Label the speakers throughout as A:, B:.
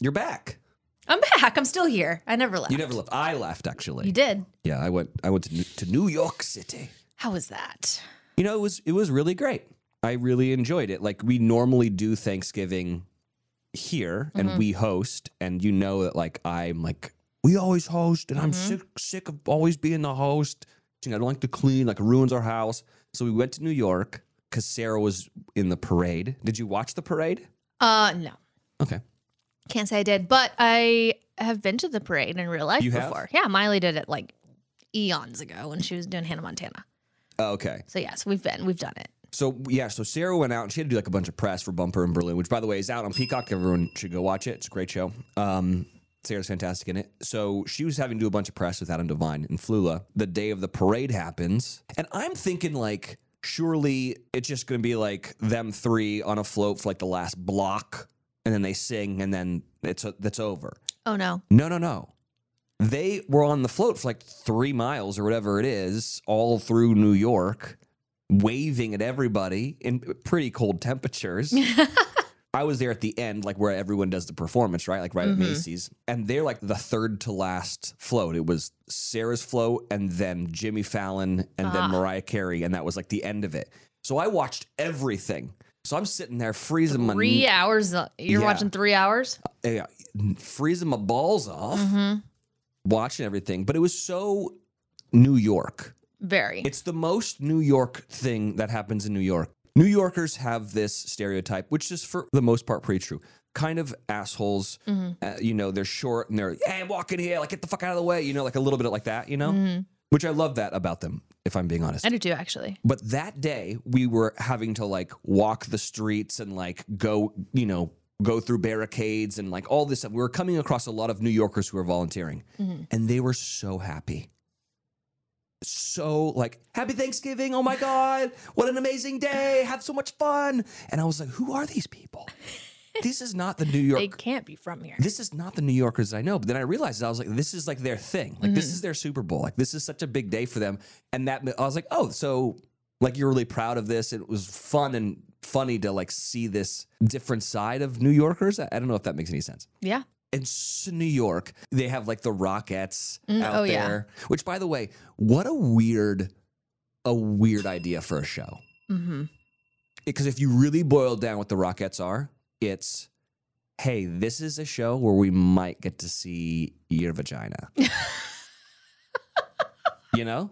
A: You're back.
B: I'm back. I'm still here. I never left.
A: You never left. I left actually.
B: You did.
A: Yeah, I went. I went to New, to New York City.
B: How was that?
A: You know, it was it was really great. I really enjoyed it. Like we normally do Thanksgiving here,
B: Mm-hmm.
A: and we host, and you know that like I'm like we always host, and I'm
B: Mm-hmm.
A: sick sick of always being the host. You know, I don't like to clean. Like it ruins our house. So we went to New York because Sarah was in the parade. Did you watch the parade?
B: Uh, no,
A: Okay.
B: can't say I did, but I have been to the parade in real life
A: You have?
B: before. Yeah, Miley did it like eons ago when she was doing Hannah Montana.
A: Oh, Okay.
B: So yes, we've been, we've done it.
A: So yeah, so Sarah went out and she had to do like a bunch of press for Bumper in Berlin, which by the way is out on Peacock. Everyone should go watch it. It's a great show. Um, Sarah's fantastic in it. So she was having to do a bunch of press with Adam Devine and Flula. The day of the parade happens, and I'm thinking like, surely it's just going to be like them three on a float for like the last block, and then they sing, and then it's that's over.
B: Oh no,
A: No, no, no. They were on the float for like three miles or whatever it is, all through New York, waving at everybody in pretty cold temperatures. I was there at the end, like where everyone does the performance, right? Like right at Macy's. And they're like the third to last float. It was Sarah's float and then Jimmy Fallon and then Mariah Carey. And that was like the end of it. So I watched everything. So I'm sitting there freezing my
B: three hours. uh, You're
A: Yeah.
B: watching three hours. Mm-hmm.
A: yeah, freezing my balls off watching everything. But it was so New York.
B: Very.
A: It's the most New York thing that happens in New York. New Yorkers have this stereotype, which is for the most part pretty true. Kind of assholes.
B: Mm-hmm.
A: Uh, you know, they're short and they're, hey, walk in here, like, get the fuck out of the way. You know, like a little bit like that, you know?
B: Mm.
A: Which I love that about them, if I'm being honest.
B: Mm-hmm. I do too, actually.
A: But that day, we were having to like walk the streets and like go, you know, go through barricades and like all this stuff. We were coming across a lot of New Yorkers who were volunteering, and they were so happy. So like happy Thanksgiving! Oh my god, what an amazing day! Have so much fun! And I was like, who are these people? This is not the New
B: They
A: York.
B: can't be from here.
A: This is not the New Yorkers that I know. But then I realized I was like, this is like their thing. Like
B: Mm-hmm.
A: this is their Super Bowl. Like this is such a big day for them. And that I was like, oh, so like you're really proud of this. It was fun and funny to like see this different side of New Yorkers. I, I don't know if that makes any sense.
B: Yeah.
A: In s- New York, they have like the Rockettes
B: Mm,
A: out
B: oh, yeah.
A: there. Which, by the way, what a weird, a weird idea for a show
B: Mm-hmm.
A: because if you really boil down what the Rockettes are, it's hey, this is a show where we might get to see your vagina. you know?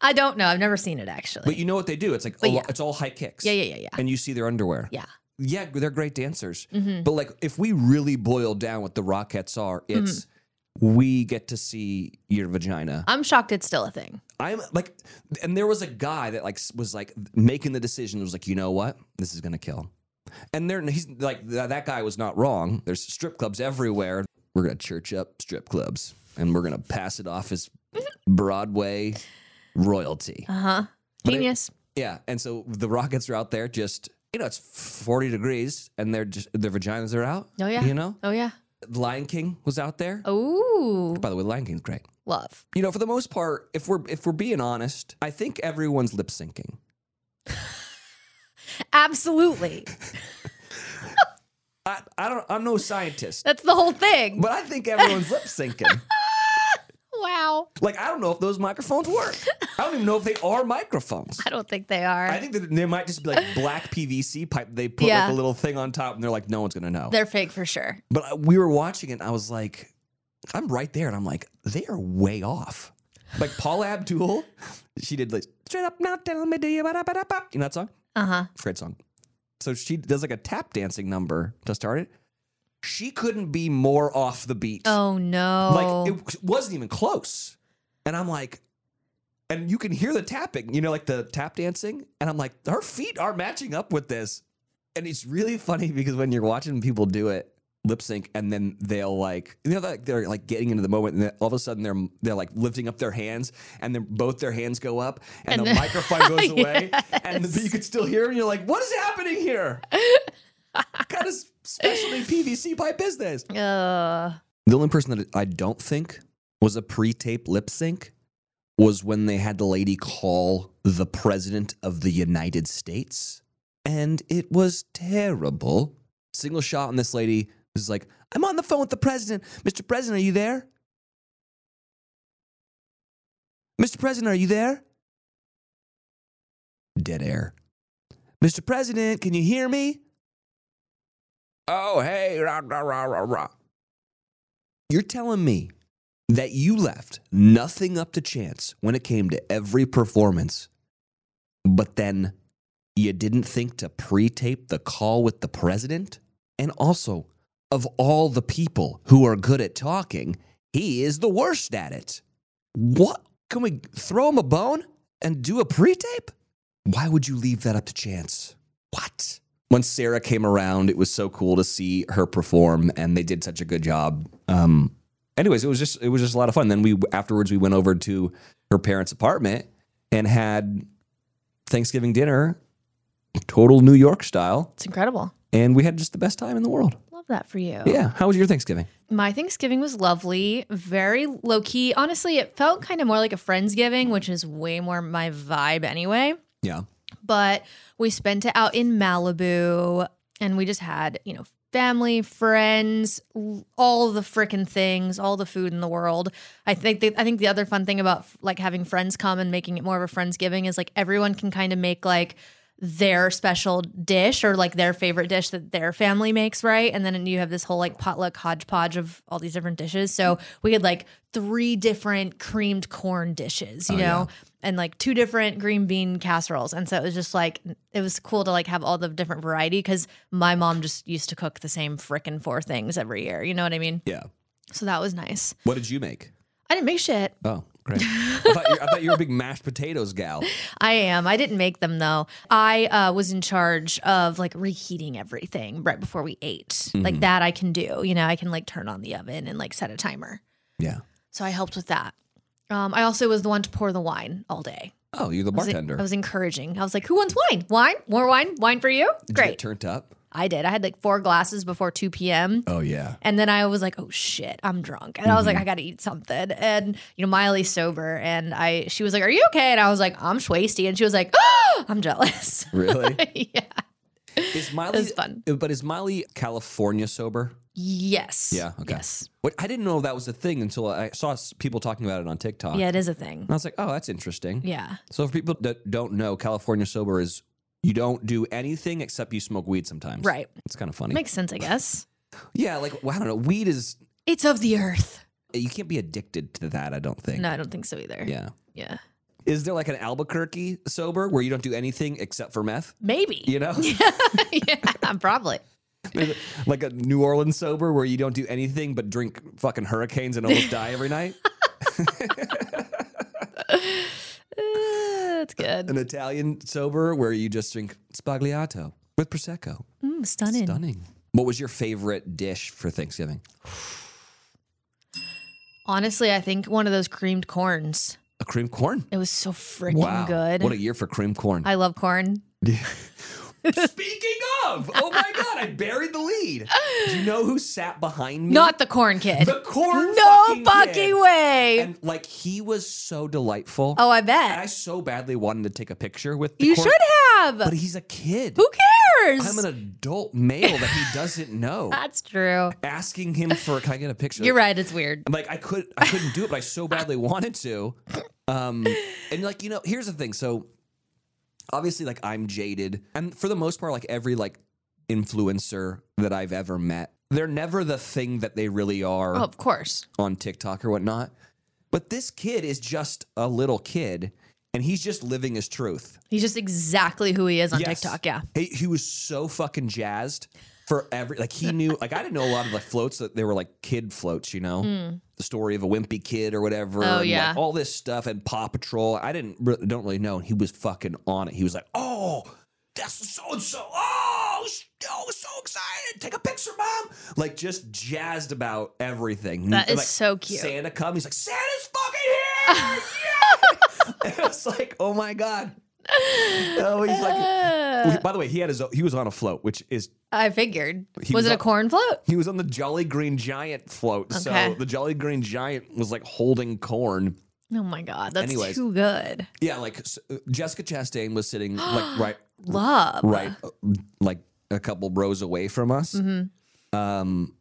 B: I don't know. I've never seen it actually.
A: But you know what they do? It's like
B: But
A: a lo-
B: yeah.
A: it's all high kicks.
B: yeah, yeah, yeah, yeah.
A: And you see their underwear.
B: Yeah.
A: Yeah, they're great dancers.
B: Mm-hmm.
A: But like if we really boil down what the Rockettes are, it's
B: Mm-hmm.
A: we get to see your vagina.
B: I'm shocked it's still a thing.
A: I'm like, and there was a guy that like s- was like making the decision. Was like, you know what, this is gonna kill. And there, he's like, th- that guy was not wrong. There's strip clubs everywhere. We're gonna church up strip clubs, and we're gonna pass it off as Broadway royalty.
B: Uh huh.
A: But it-
B: Genius.
A: Yeah, and so the Rockets are out there, just you know, it's 40 degrees, and they're just their vaginas are out.
B: Oh, yeah.
A: you know,
B: oh yeah.
A: Lion King was out there.
B: Oh,
A: By the way, Lion King's great.
B: love.
A: You know, for the most part, if we're if we're being honest, I think everyone's lip syncing.
B: Absolutely.
A: I, I don't I'm no scientist,
B: That's the whole thing.
A: but I think everyone's lip syncing.
B: Wow.
A: Like I don't know if those microphones work. I don't even know if they are microphones.
B: I don't think they are.
A: I think that they might just be like black PVC pipe. They put
B: Yeah.
A: like a little thing on top, and they're like, no one's gonna know.
B: They're fake for sure.
A: but I- we were watching it, and I was like, I'm right there, and I'm like, they are way off. Like Paula Abdul, she did like straight up now tell me do you ba da ba da ba." You know that song?
B: Uh huh.
A: Great song. So she does like a tap dancing number to start it. She couldn't be more off the beat.
B: Oh no.
A: Like it wasn't even close. And I'm like, and you can hear the tapping, you know, like the tap dancing. And I'm like, her feet are matching up with this. And it's really funny because when you're watching people do it, lip sync, and then they'll like, you know, like they're like getting into the moment, and then all of a sudden they're they're like lifting up their hands, and then both their hands go up, and,
B: And
A: the
B: the-
A: microphone goes away, and
B: Yes.
A: but you can still hear, it, and you're like, what is happening here? what kind of specialty PVC pipe is this?
B: uh,
A: The only person that I don't think was a pre tape lip sync was when they had the lady call the president of the United States. And it was terrible. Single shot on this lady was like, I'm on the phone with the president. Mr. President, are you there? Mr. President, are you there? Dead air. Mr. President, can you hear me? Oh, hey, rah, rah, rah, rah, rah. You're telling me that you left nothing up to chance when it came to every performance, but then you didn't think to pre tape the call with the president? And also, of all the people who are good at talking, he is the worst at it. What? Can we throw him a bone and do a pre tape? Why would you leave that up to chance? What? When Sarah came around, it was so cool to see her perform, and they did such a good job. Um, anyways, it was just it was just a lot of fun. Then we afterwards we went over to her parents' apartment and had Thanksgiving dinner, total New York style,
B: It's incredible.
A: and we had just the best time in the world.
B: Love that for you.
A: Yeah, how was your Thanksgiving?
B: My Thanksgiving was lovely, very low key. Honestly, it felt kind of more like a Friendsgiving, which is way more my vibe anyway.
A: Yeah,
B: But we spent it out in Malibu and we just had, you know, family, friends, l- all the freaking things, all the food in the world. I think the, I think the other fun thing about like having friends come and making it more of a Friendsgiving is like everyone can kind of make like their special dish or like their favorite dish that their family makes, right? And then you have this whole like potluck hodgepodge of all these different dishes. So we had like three different creamed corn dishes, you know, and like two different green bean casseroles. And so it was just like, it was cool to like have all the different variety because my mom just used to cook the same frickin' four things every year. You know what I mean?
A: yeah.
B: So that was nice.
A: What did you make?
B: I didn't make shit.
A: Oh, great. I, thought you, I thought you were a big mashed potatoes gal.
B: I am. I didn't make them though. I uh, was in charge of like reheating everything right before we ate.
A: Mm-hmm.
B: Like that, I can do. You know, I can like turn on the oven and like set a timer.
A: Yeah.
B: So I helped with that. Um, I also was the one to pour the wine all day.
A: Oh, you're the
B: I was,
A: bartender.
B: I was encouraging. I was like, "Who wants wine? Wine? More wine? Wine for you?
A: Did you get
B: Great."
A: turned up.
B: I did. I had like four glasses before two p.m.
A: Oh yeah.
B: And then I was like, oh shit, I'm drunk. And I was
A: Mm-hmm.
B: like, I gotta eat something. And you know, Miley's sober and I she was like, Are you okay? And I was like, I'm schwasty. And she was like, Oh, I'm jealous.
A: Really?
B: yeah.
A: Is Miley? uh,
B: It was fun.
A: But is Miley California sober?
B: Yes.
A: Yeah, okay.
B: Yes.
A: What I didn't know that was a thing until I saw s- people talking about it on TikTok.
B: Yeah,
A: And
B: it is a thing.
A: I was like, oh, that's interesting.
B: Yeah.
A: So for people that don't know, California sober is you don't do anything except you smoke weed sometimes.
B: Right.
A: It's kind of funny.
B: Makes sense, I guess.
A: yeah, like well, I don't know. Weed is
B: It's of the earth.
A: you can't be addicted to that. I don't think.
B: No, I don't think so either.
A: Yeah.
B: Yeah.
A: Is there like an Albuquerque sober where you don't do anything except for meth?
B: Maybe.
A: You know,
B: yeah, probably.
A: like a New Orleans sober where you don't do anything but drink fucking hurricanes and almost die every night.
B: Uh, that's good.
A: An Italian sober where you just drink spagliato with prosecco.
B: Mm, stunning.
A: Stunning. What was your favorite dish for Thanksgiving?
B: Honestly, I think one of those creamed corns.
A: A cream corn.
B: It was so freaking
A: Wow.
B: good.
A: What a year for cream corn.
B: I love corn.
A: Speaking of, oh my God, I buried the lead. Do you know who sat behind me?
B: Not the corn kid.
A: the corn.
B: no
A: fucking,
B: fucking,
A: kid.
B: way.
A: And like he was so delightful.
B: oh, I
A: And I
B: bet.
A: so badly wanted to take a picture with the
B: You
A: corn,
B: should have.
A: But he's a kid.
B: Who cares?
A: I'm an adult male that he doesn't know.
B: That's true.
A: Asking him for can I get a picture?
B: You're right. It's weird.
A: I'm like I could I couldn't do it, but I so badly wanted to. Um, and like you know, here's the thing. So obviously, like I'm jaded, and for the most part, like every like influencer that I've ever met, they're never the thing that they really are
B: Oh, of course.
A: on TikTok or whatnot. But this kid is just a little kid, and he's just living his truth.
B: He's just exactly who he is on
A: Yes.
B: TikTok. Yeah.
A: He, he was so fucking jazzed for every like he knew like I didn't know a lot of the floats that they were like kid floats, you know, the story of a wimpy kid or whatever.
B: Hmm. Oh,
A: and, like,
B: yeah.
A: all this stuff and Paw Patrol. I didn't re- don't really know. And he was fucking on it. He was like, oh. That's so and so. Oh, sh- oh, so excited! Take a picture, mom. Like just jazzed about everything.
B: That
A: And,
B: is
A: like,
B: so cute.
A: Santa come. He's like, Santa's fucking here. and I was like, oh my god. Oh, he's like,
B: Uh,
A: Wh- By the way, he had his. o- He was on a float, which is
B: I figured.
A: He
B: was
A: was
B: it a
A: up-
B: corn float?
A: he was on the Jolly Green Giant float. So
B: Okay.
A: the Jolly Green Giant was like holding corn.
B: Oh my God. That's
A: Anyways.
B: too good.
A: Yeah, like s- uh, Jessica Chastain was sitting like right,
B: Love. Mm-hmm.
A: right, uh, like a couple rows away from us. Um,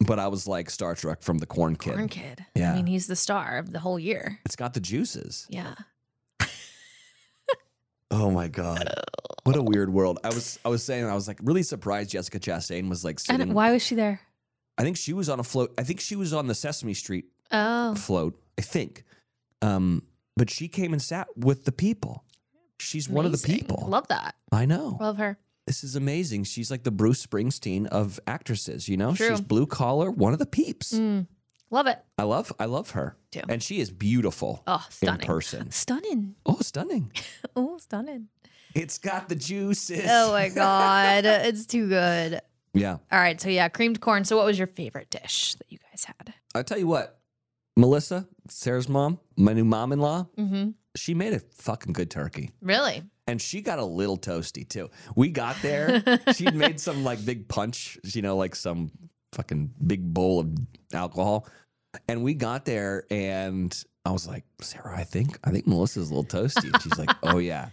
A: but I was like Star Trek from the Corn Kid.
B: Corn Kid.
A: Yeah.
B: I mean, he's the star of the whole year.
A: It's got the juices.
B: Yeah.
A: Oh my god. What a weird world. I was I was saying I was like really surprised Jessica Chastain was like sitting.
B: And why was she there?
A: I think she was on a float. I think she was on the Sesame Street
B: Oh,
A: float, I think. Um, but she came and sat with the people. She's one of the
B: amazing.
A: people.
B: Love that.
A: I know.
B: Love her.
A: this is amazing. She's like the Bruce Springsteen of actresses, you know?
B: True.
A: She's blue collar, one of the peeps.
B: Mm. Love it.
A: I love I love her.
B: Too.
A: And she is beautiful
B: Oh,
A: in
B: stunning.
A: person.
B: Stunning.
A: Oh, stunning.
B: Oh, stunning.
A: It's got the juices.
B: Oh my god, it's too good.
A: Yeah.
B: All right, so yeah, creamed corn. So what was your favorite dish that you guys had?
A: I tell you what, Melissa, Sarah's mom, my new mom in law,
B: Mm-hmm.
A: she made a fucking good turkey.
B: Really?
A: And she got a little toasty too. We got there. She'd made some like big punch, you know, like some fucking big bowl of alcohol. And we got there and I was like, Sarah, I think I think Melissa's a little toasty. And she's like, Oh yeah.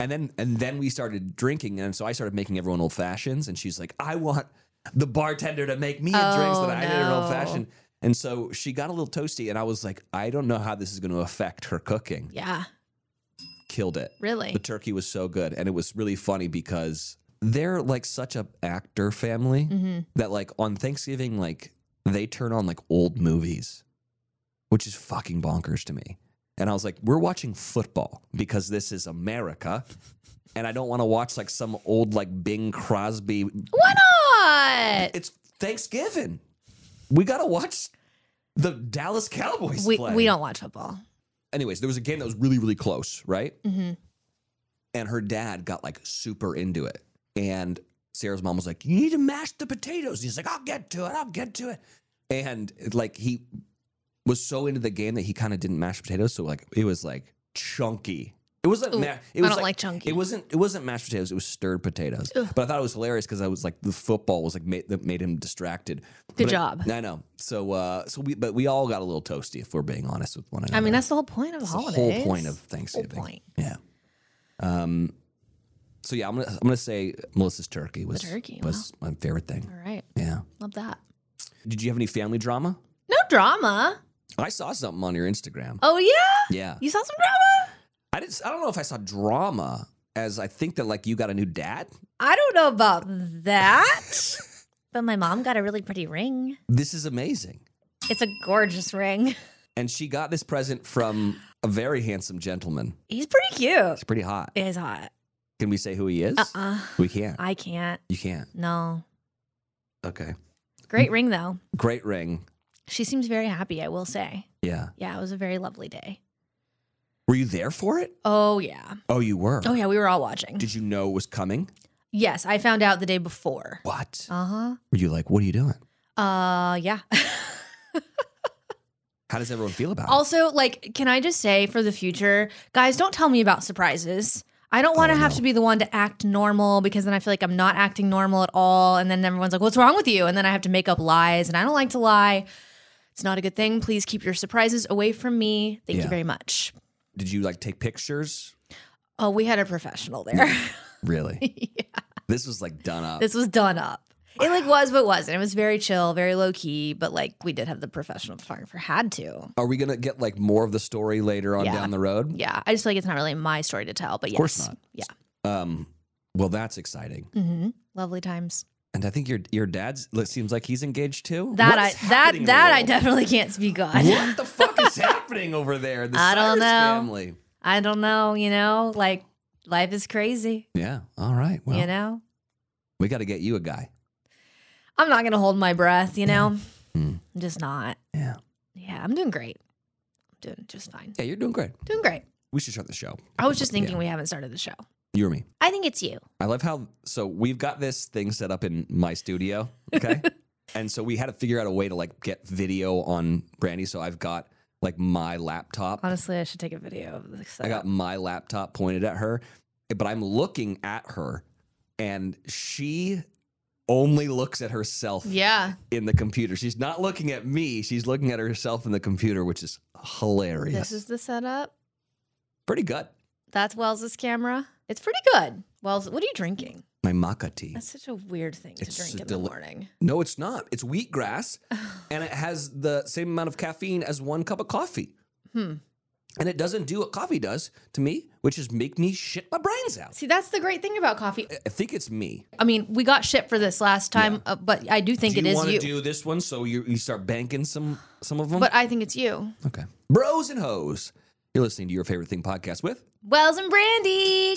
A: And then and then we started drinking. And so I started making everyone old fashions. And she's like, I want the bartender to make me a drink so
B: Oh,
A: that I did an old
B: no.
A: fashioned. And so she got a little toasty, and I was like, I don't know how this is going to affect her cooking.
B: Yeah,
A: Killed it.
B: really.
A: The turkey was so good, and it was really funny because they're like such a actor family
B: Mm-hmm.
A: that like on Thanksgiving, like they turn on like old movies, which is fucking bonkers to me. And I was like, we're watching football because this is America, and I don't want to watch like some old like Bing Crosby.
B: Why not?
A: It's Thanksgiving. We gotta watch the Dallas Cowboys
B: We
A: play.
B: we don't watch football.
A: Anyways, there was a game that was really really close, right?
B: Mm-hmm.
A: and her dad got like super into it. And Sarah's mom was like, "You need to mash the potatoes." And he's like, "I'll get to it. I'll get to it." And like he was so into the game that he kind of didn't mash potatoes, so like it was like chunky. It wasn't.
B: Ooh,
A: ma- it
B: I
A: was
B: don't like, chunky.
A: It wasn't. It wasn't mashed potatoes. It was stirred potatoes.
B: Ugh.
A: But I thought it was hilarious because I was like, the football was like made, that made him distracted.
B: Good
A: But I-
B: job.
A: I, know. So, uh, so we, but we all got a little toasty if we're being honest with one another.
B: I mean, that's the whole point of
A: That's
B: holidays.
A: the whole point of
B: whole
A: Thanksgiving.
B: point.
A: Yeah. Um. So yeah, I'm gonna I'm gonna say Melissa's turkey was
B: turkey,
A: was my favorite thing.
B: All right,
A: Yeah.
B: love that.
A: Did you have any family drama?
B: No drama.
A: I saw something on your Instagram.
B: Oh yeah,
A: Yeah.
B: you saw some drama.
A: I didn't. I don't know if I saw drama as I think that like you got a new dad.
B: I don't know about that, but my mom got a really pretty ring.
A: This is amazing.
B: It's a gorgeous ring.
A: And she got this present from a very handsome gentleman.
B: He's pretty cute.
A: He's pretty hot.
B: He's hot.
A: Can we say who he is?
B: Uh uh
A: We can't.
B: I can't.
A: You can't.
B: No.
A: Okay.
B: Great ring though.
A: Great ring.
B: She seems very happy, I will say.
A: Yeah.
B: Yeah, it was a very lovely day.
A: Were you there for it?
B: Oh yeah.
A: Oh, you were.
B: Oh yeah, we were all watching.
A: Did you know it was coming?
B: Yes, I found out the day before.
A: What?
B: Uh-huh.
A: Were you like, what are you doing?
B: Uh yeah.
A: How does everyone feel about it?
B: also, like, can I just say for the future, guys, don't tell me about surprises. I don't want to
A: Oh,
B: have
A: no.
B: to be the one to act normal because then I feel like I'm not acting normal at all. And then everyone's like, what's wrong with you? And then I have to make up lies. And I don't like to lie. It's not a good thing. Please keep your surprises away from me. Thank
A: Yeah.
B: you very much.
A: Did you like take pictures?
B: Oh, we had a professional there.
A: Really? This was like done up.
B: This was done up. It like was, but wasn't. It was very chill, very low key, but like we did have the professional photographer had to.
A: Are we gonna get like more of the story later on
B: Yeah.
A: down the road?
B: Yeah, I just feel like it's not really my story to tell, but yes,
A: Of course not.
B: yeah,
A: Um, well, that's exciting,
B: hmm lovely times.
A: and I think your your dad's it seems like he's engaged too.
B: That
A: What
B: I
A: is happening in
B: that
A: the
B: that I
A: world?
B: definitely can't speak on.
A: What the fuck is happening over there? in The
B: I
A: Cyrus
B: don't know.
A: Family.
B: I don't know, you know, like life is crazy,
A: Yeah. All right. Well,
B: you know.
A: we got to get you a guy.
B: I'm not gonna hold my breath, you know.
A: Hmm.
B: I'm just not.
A: Yeah.
B: Yeah, I'm doing great. I'm doing just fine.
A: Yeah, you're doing great.
B: Doing great.
A: We should start the show.
B: I was just
A: Yeah.
B: thinking we haven't started the show.
A: You or me?
B: I think it's you.
A: I love how so we've got this thing set up in my studio, okay? and so we had to figure out a way to like get video on Brandy. So I've got like my laptop.
B: Honestly, I should take a video of this.
A: I got my laptop pointed at her, but I'm looking at her and she only looks at herself
B: Yeah,
A: in the computer. She's not looking at me, she's looking at herself in the computer, which is hilarious.
B: this is the setup.
A: Pretty good.
B: That's Wells's camera. It's pretty good. Wells, what are you drinking?
A: my maca tea.
B: That's such a weird thing to
A: Mm. It's
B: drink
A: a
B: in the
A: deli-
B: morning.
A: No, it's not. It's wheatgrass, and it has the same amount of caffeine as one cup of coffee.
B: Hmm.
A: And it doesn't do what coffee does to me, which is make me shit my brains out.
B: See, that's the great thing about coffee.
A: I think it's me.
B: I mean, we got shit for this last time, uh, but I do think
A: do
B: it
A: you
B: is
A: wanna
B: you.
A: do this one so you, you start banking some some of them?
B: but I think it's you.
A: okay. Bros and hoes. You're listening to your favorite thing podcast with
B: Wells and Brandy.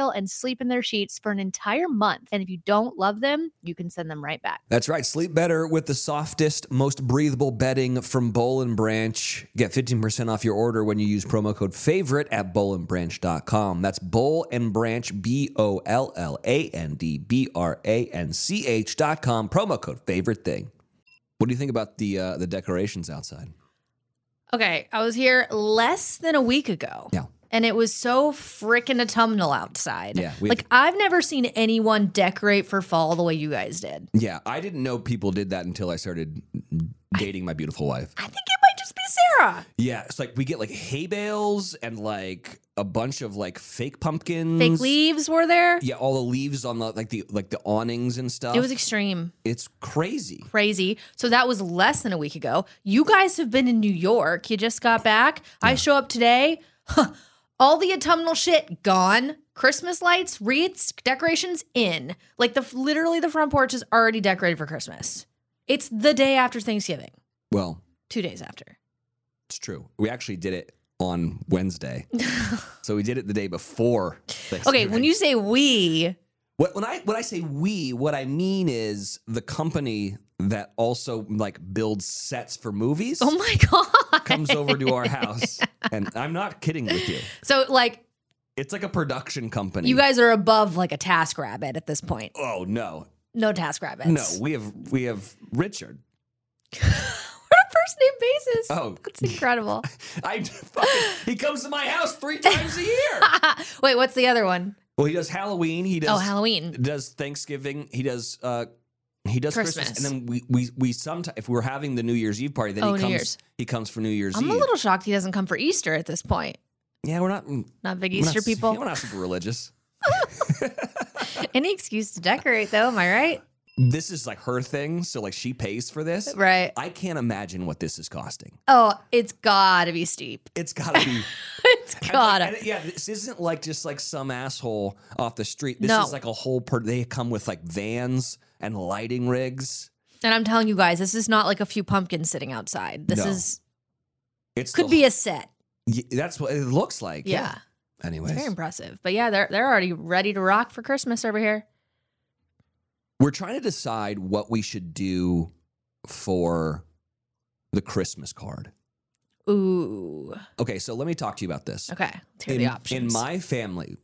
C: and sleep in their sheets for an entire month. And if you don't love them, you can send them right back.
A: That's right. Sleep better with the softest, most breathable bedding from Bowl and Branch. Get 15% off your order when you use promo code favorite at bowlandbranch.com. That's Bowl and Branch, B O L L A N D B R A N C H.com. Promo code favorite thing. What do you think about the uh, the decorations outside?
B: Okay, I was here less than a week ago.
A: Yeah.
B: And it was so freaking autumnal outside.
A: Yeah, we-
B: Like I've never seen anyone decorate for fall the way you guys did.
A: Yeah, I didn't know people did that until I started dating my beautiful wife.
B: I think it might just be Sarah.
A: Yeah, it's like we get like hay bales and like a bunch of like fake pumpkins.
B: Fake leaves were there.
A: Yeah, all the leaves on the like the like the awnings and stuff.
B: It was extreme.
A: it's crazy.
B: Crazy. So that was less than a week ago. You guys have been in New York. You just got back. I show up today. Huh. All the autumnal shit gone. Christmas lights, wreaths, decorations in. Like the literally the front porch is already decorated for Christmas. It's the day after Thanksgiving.
A: Well,
B: Two days after.
A: it's true. We actually did it on Wednesday, so we did it the day before.
B: Okay,
A: Thanksgiving.
B: when you say we,
A: What- when I when I say we, what I mean is the company that also like builds sets for movies
B: oh my god.
A: comes over to our house, and I'm not kidding with you.
B: So like
A: It's like a production company.
B: you guys are above like a task rabbit at this point.
A: Oh no,
B: No task rabbits.
A: no, we have we have Richard.
B: We're on a first name basis.
A: Oh,
C: It's incredible.
A: I he comes to my house three times a year.
B: Wait, what's the other one?
A: Well, he does Halloween. He does
B: oh, Halloween.
A: does Thanksgiving. He does uh he does Christmas,
B: Christmas.
A: and then we we we sometimes if we're having the New Year's Eve party, then he
B: Oh, New
A: comes
B: Year's.
A: he comes for New Year's
B: I'm
A: Eve.
B: a little shocked he doesn't come for Easter at this point.
A: yeah, we're not we're
B: Not big
A: not-
B: Easter people.
A: yeah, we're not super religious.
B: Any excuse to decorate, though, am I right?
A: This is like her thing, so like she pays for this.
B: Right.
A: I can't imagine what this is costing.
B: Oh, it's gotta be steep.
A: It's gotta be.
B: It's
A: and,
B: gotta.
A: and, yeah, this isn't like just like some asshole off the street. This
B: No.
A: is like a whole. Per- they come with like vans and lighting rigs.
B: and I'm telling you guys, this is not like a few pumpkins sitting outside. This
A: No.
B: is
A: It's
B: could
A: the-
B: be a set.
A: y- that's what it looks like.
B: Yeah. It's
A: Anyways,
B: very impressive. But yeah, they're they're already ready to rock for Christmas over here.
A: we're trying to decide what we should do for the Christmas card.
B: Ooh.
A: Okay, so let me talk to you about this.
B: Okay. Let's hear
A: in,
B: the options.
A: in my family,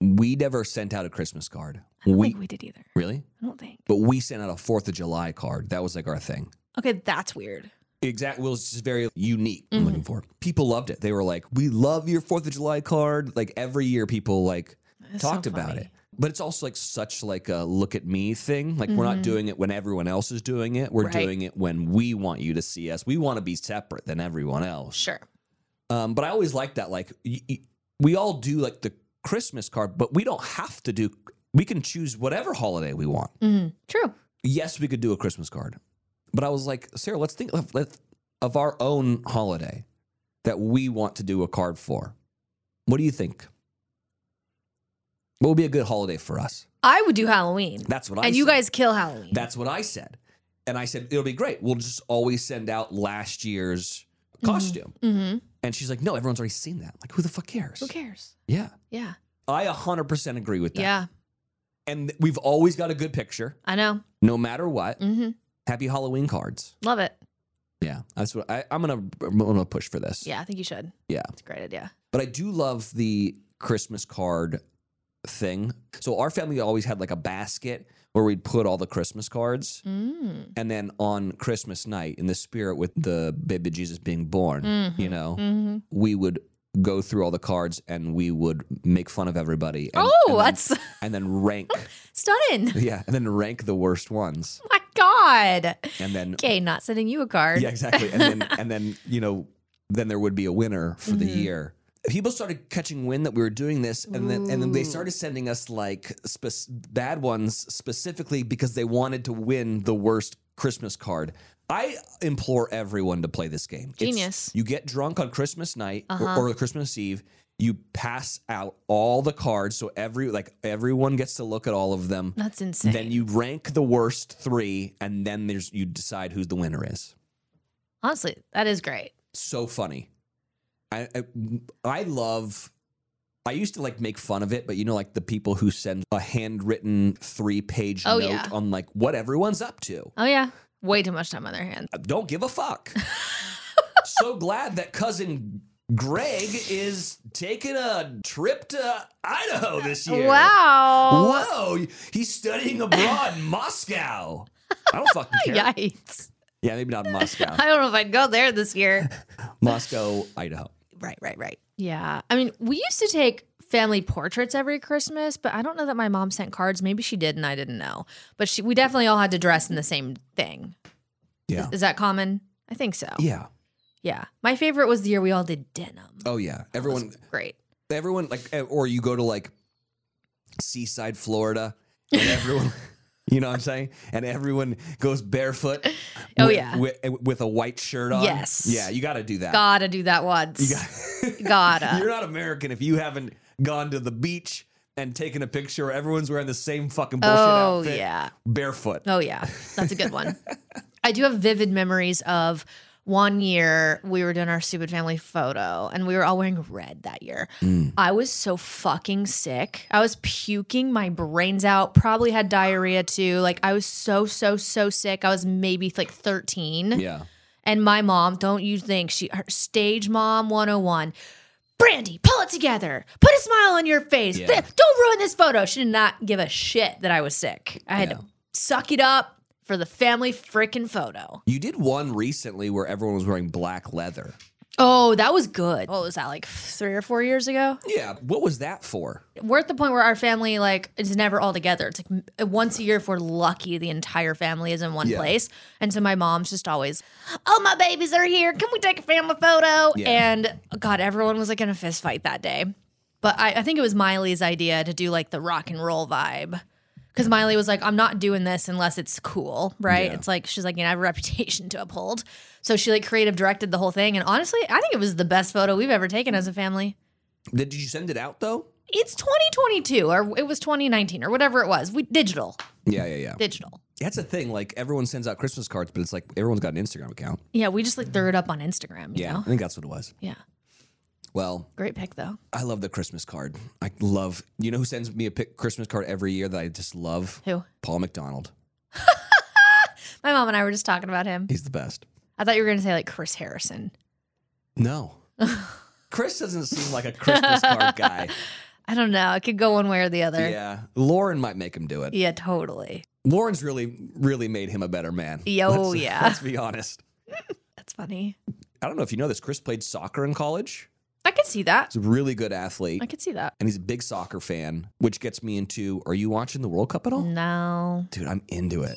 A: we never sent out a Christmas card.
C: I don't
A: We
C: think we did either.
A: really,
C: I don't think.
A: but we sent out a Fourth of July card. That was like our thing.
B: okay, that's weird.
A: Exactly, well, it's just very unique. I'm
B: Mhm.
C: Mm-hmm.
A: looking for people loved it. They were like, "We love your Fourth of July card." Like every year, people like
B: It's so
A: talked about
B: funny.
A: it but it's also like such like a look at me thing like we're not
B: Mhm.
A: doing it when everyone else is doing it we're
B: Right.
A: doing it when we want you to see us we want to be separate than everyone else
B: Sure.
A: um, but i always like that like y- y- we all do like the christmas card but we don't have to do we can choose whatever holiday we want
B: Mhm. True.
A: yes we could do a christmas card but i was like sarah let's think of, let- of our own holiday that we want to do a card for what do you think what would be a good holiday for us
B: I would do Halloween.
A: that's what I
B: and you
A: said.
B: guys kill Halloween.
A: That's what I said. and I said, it'll be great. We'll just always send out last year's
B: Mhm.
A: costume.
B: Mm-hmm.
A: And she's like, no, everyone's already seen that. Like, who the fuck cares?
C: Who cares?
A: Yeah.
B: Yeah.
A: I 100% agree with that.
B: Yeah.
A: And we've always got a good picture,
B: I know.
A: no matter what.
B: Mm-hmm.
A: Happy Halloween cards.
B: Love it.
A: Yeah. That's what I, I'm going to I'm gonna push for this.
B: Yeah, I think you should.
A: Yeah.
B: It's a great idea.
A: But I do love the Christmas card thing. So our family always had like a basket where we'd put all the Christmas cards.
B: Mm.
A: And then on Christmas night, in the spirit with the baby Jesus being born, you know,
B: hmm
A: we would go through all the cards and we would make fun of everybody. and-
B: oh,
A: and then-
B: that's
A: and then rank
B: stunning.
A: yeah and then rank the worst ones
B: My God.
A: and then
B: Okay, not sending you a card.
A: yeah exactly and then and then you know then there would be a winner for the
B: Mhm.
A: year people started catching wind that we were doing this and then and then they
B: Ooh.
A: started sending us like spec- bad ones specifically because they wanted to win the worst christmas card i implore everyone to play this game It's-
B: Genius.
A: you get drunk on christmas night or-
B: Uh-huh.
A: or, christmas eve you pass out all the cards so every like everyone gets to look at all of them
B: That's insane.
A: Then you rank the worst three, and then there's you decide who the winner is.
B: Honestly, that is great.
A: So funny. I I, I love. I used to like make fun of it, but you know, like the people who send a handwritten three page
B: Oh,
A: note
B: yeah.
A: on like what everyone's up to.
B: Oh yeah. Way too much time on their hands.
A: I Don't give a fuck. so glad that cousin Greg is taking a trip to Idaho this year.
B: Wow.
A: Whoa, he's studying abroad in Moscow. I don't fucking care.
B: Yikes.
A: Yeah, maybe not in Moscow.
B: I don't know if I'd go there this year.
A: Moscow, Idaho.
B: right, right, right. Yeah. I mean, we used to take family portraits every Christmas, but I don't know that my mom sent cards. Maybe she did and I didn't know. But she we definitely all had to dress in the same thing.
A: Yeah.
B: Is that common? I think so.
A: Yeah.
B: Yeah. My favorite was the year we all did denim.
A: Oh yeah.
B: That was
A: Everyone
B: great.
A: everyone like eh, or you go to like seaside Florida and everyone you know what I'm saying? And everyone goes barefoot.
B: Oh,
A: with,
B: yeah.
A: With, eh, with a white shirt on.
B: Yes.
A: Yeah, you got to do that.
B: Gotta do that once.
A: You got
B: Gotta.
A: You're not American if you haven't gone to the beach and taken a picture where everyone's wearing the same fucking bullshit
B: Oh
A: outfit
B: yeah.
A: barefoot.
B: Oh yeah, that's a good one. I do have vivid memories of one year we were doing our stupid family photo and we were all wearing red that year. I was so fucking sick. I was puking my brains out, probably had diarrhea too. Like I was so so so sick. I was maybe like 13.
A: Yeah.
B: And my mom, don't you think she her stage mom 101. Brandy, pull it together. Put a smile on your face.
A: Yeah.
B: Th- Don't ruin this photo. She did not give a shit that I was sick. I had
A: Yeah.
B: to suck it up for the family freaking photo.
A: You did one recently where everyone was wearing black leather.
B: Oh, that was good. What was that like 3 or 4 years ago?
A: Yeah. What was that for?
B: We're at the point where our family like is never all together. It's like m- uh, once a year if we're lucky the entire family is in one
A: Yeah.
B: place. And so my mom's just always, "Oh, my babies are here. Can we take a family photo?"
A: Yeah.
B: And god, everyone was like in a fist fight that day. But I, I think it was Miley's idea to do like the rock and roll vibe. Because Miley was like, I'm not doing this unless it's cool, right?
A: Yeah.
B: It's like, she's like, you know, I have a reputation to uphold. So she like creative directed the whole thing. And honestly, I think it was the best photo we've ever taken as a family
A: Did you send it out though?
B: it's 2022 or it was 2019 or whatever it was we digital
A: Yeah, yeah, yeah.
B: digital
A: That's the thing. Like everyone sends out Christmas cards, but it's like everyone's got an Instagram account.
B: yeah we just like threw it up on instagram you
A: Yeah, I
B: know?
A: think that's what it was.
B: yeah
A: Well,
B: great pick though
A: I love the Christmas card. I love. You know who sends me a pic- Christmas card every year that I just love?
B: who
A: Paul McDonald.
B: my mom and i were just talking about him
A: He's the best.
B: i thought you were gonna say like chris harrison
A: No, Chris doesn't seem like a Christmas card guy.
B: i don't know it could go one way or the other
A: Yeah, Lauren might make him do it.
B: Yeah, totally
A: Lauren's really, really made him a better man.
B: Yeah, oh, yeah.
A: Let's be honest.
B: that's funny
A: I don't know if you know this. Chris played soccer in college.
B: i could see that
A: He's a really good athlete.
B: i could see that
A: and he's a big soccer fan, which gets me into are you watching the World Cup at all?
B: no
A: Dude, I'm into it.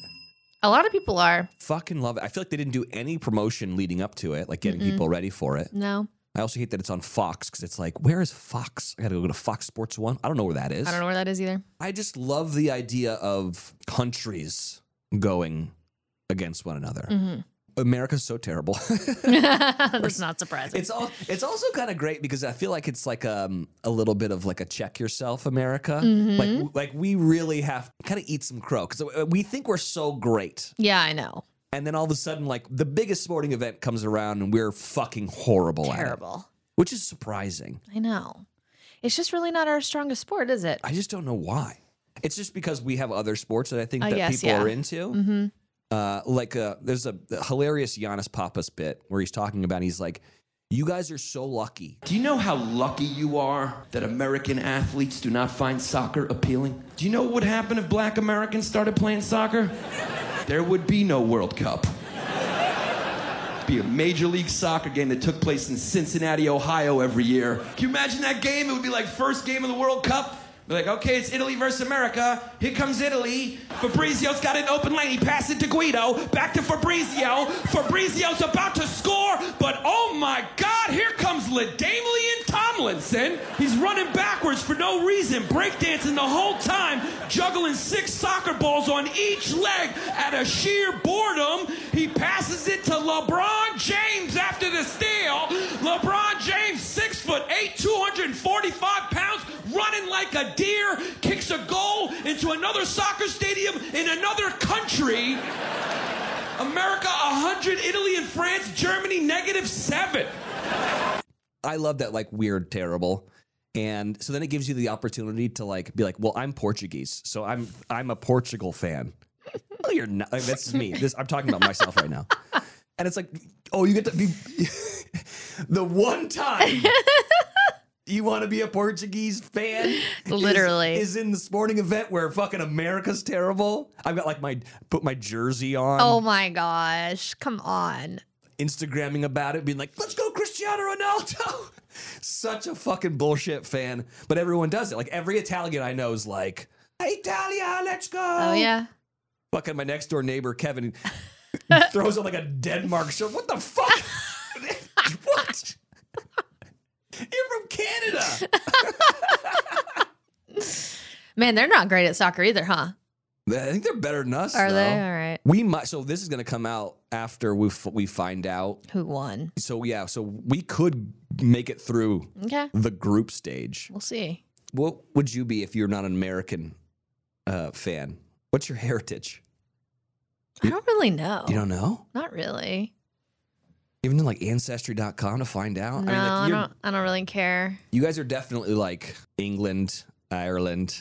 B: a lot of people are
A: Fucking love it. I feel like they didn't do any promotion leading up to it, like getting people ready for it.
B: no
A: I also hate that it's on Fox because it's like, where is Fox? I gotta go to Fox Sports One. I don't know where that is.
B: i don't know where that is either
A: I just love the idea of countries going against one another.
B: Mhm.
A: America's so terrible.
B: that's not surprising
A: It's all. It's also kind of great because I feel like it's like um a little bit of like a check yourself America.
B: Mm-hmm.
A: Like like we really have kind of eat some crow because we think we're so great,
B: yeah i know
A: And then all of a sudden, like the biggest sporting event comes around and we're fucking horrible at it,
B: Terrible.
A: which is surprising.
B: I know. It's just really not our strongest sport, is it?
A: I just don't know why. It's just because we have other sports that I think
C: I
A: that
C: guess,
A: people
C: yeah.
A: are into.
B: Oh, Mm-hmm.
A: Uh, like uh, there's a hilarious Giannis Papas bit where he's talking about he's like, "You guys are so lucky."
D: Do you know how lucky you are that American athletes do not find soccer appealing? Do you know what would happen if black Americans started playing soccer? There would be no World Cup. Be a Major League Soccer game that took place in Cincinnati, Ohio every year. Can you imagine that game? It would be like first game of the World Cup. Be like, okay, it's Italy versus America. Here comes Italy. Fabrizio's got an open lane. He passed it to Guido. Back to Fabrizio. Fabrizio's about to score, but oh my God, here comes LaDaemelian Tomlinson. He's running backwards for no reason, breakdancing the whole time, juggling six soccer balls on each leg out of sheer boredom. He passes it to LeBron James after the steal. LeBron James, six foot eight, 245 pounds, running like a deer, kicks a goal into another soccer stadium in another country. America 100, Italy and France, Germany negative seven.
A: I love that like weird terrible. And so then it gives you the opportunity to like be like, well, I'm Portuguese, so I'm I'm a Portugal fan. no, you're not. Like, that's me. This I'm talking about myself right now. And it's like, oh, you get to be the one time you want to be a Portuguese fan. is-
C: Literally.
A: is, in the sporting event where fucking America's terrible. I've got like my put my jersey on,
B: Oh my gosh. Come on.
A: Instagramming about it, being like, let's go Cristiano Ronaldo. Such a fucking bullshit fan. But everyone does it. Like every Italian I know is like, Italia, let's go.
B: Oh, yeah.
A: Fucking my next door neighbor, Kevin, throws on like a Denmark shirt. What the fuck? what? You're from Canada.
B: Man, they're not great at soccer either, huh?
A: I think they're better than us.
B: Are
A: though.
B: they? All right.
A: We might. So this is gonna come out after we f- we find out.
B: Who won?
A: So yeah. So we could make it through
B: Okay.
A: the group stage.
B: We'll see.
A: What would you be if you're not an American uh, fan? What's your heritage?
B: I don't really know.
A: You don't know?
B: Not really.
A: Even in like ancestry.com to find out.
B: No,
A: Oh, I
B: I,
A: mean, like you're,
B: don't, I don't really care.
A: you guys are definitely like England, Ireland,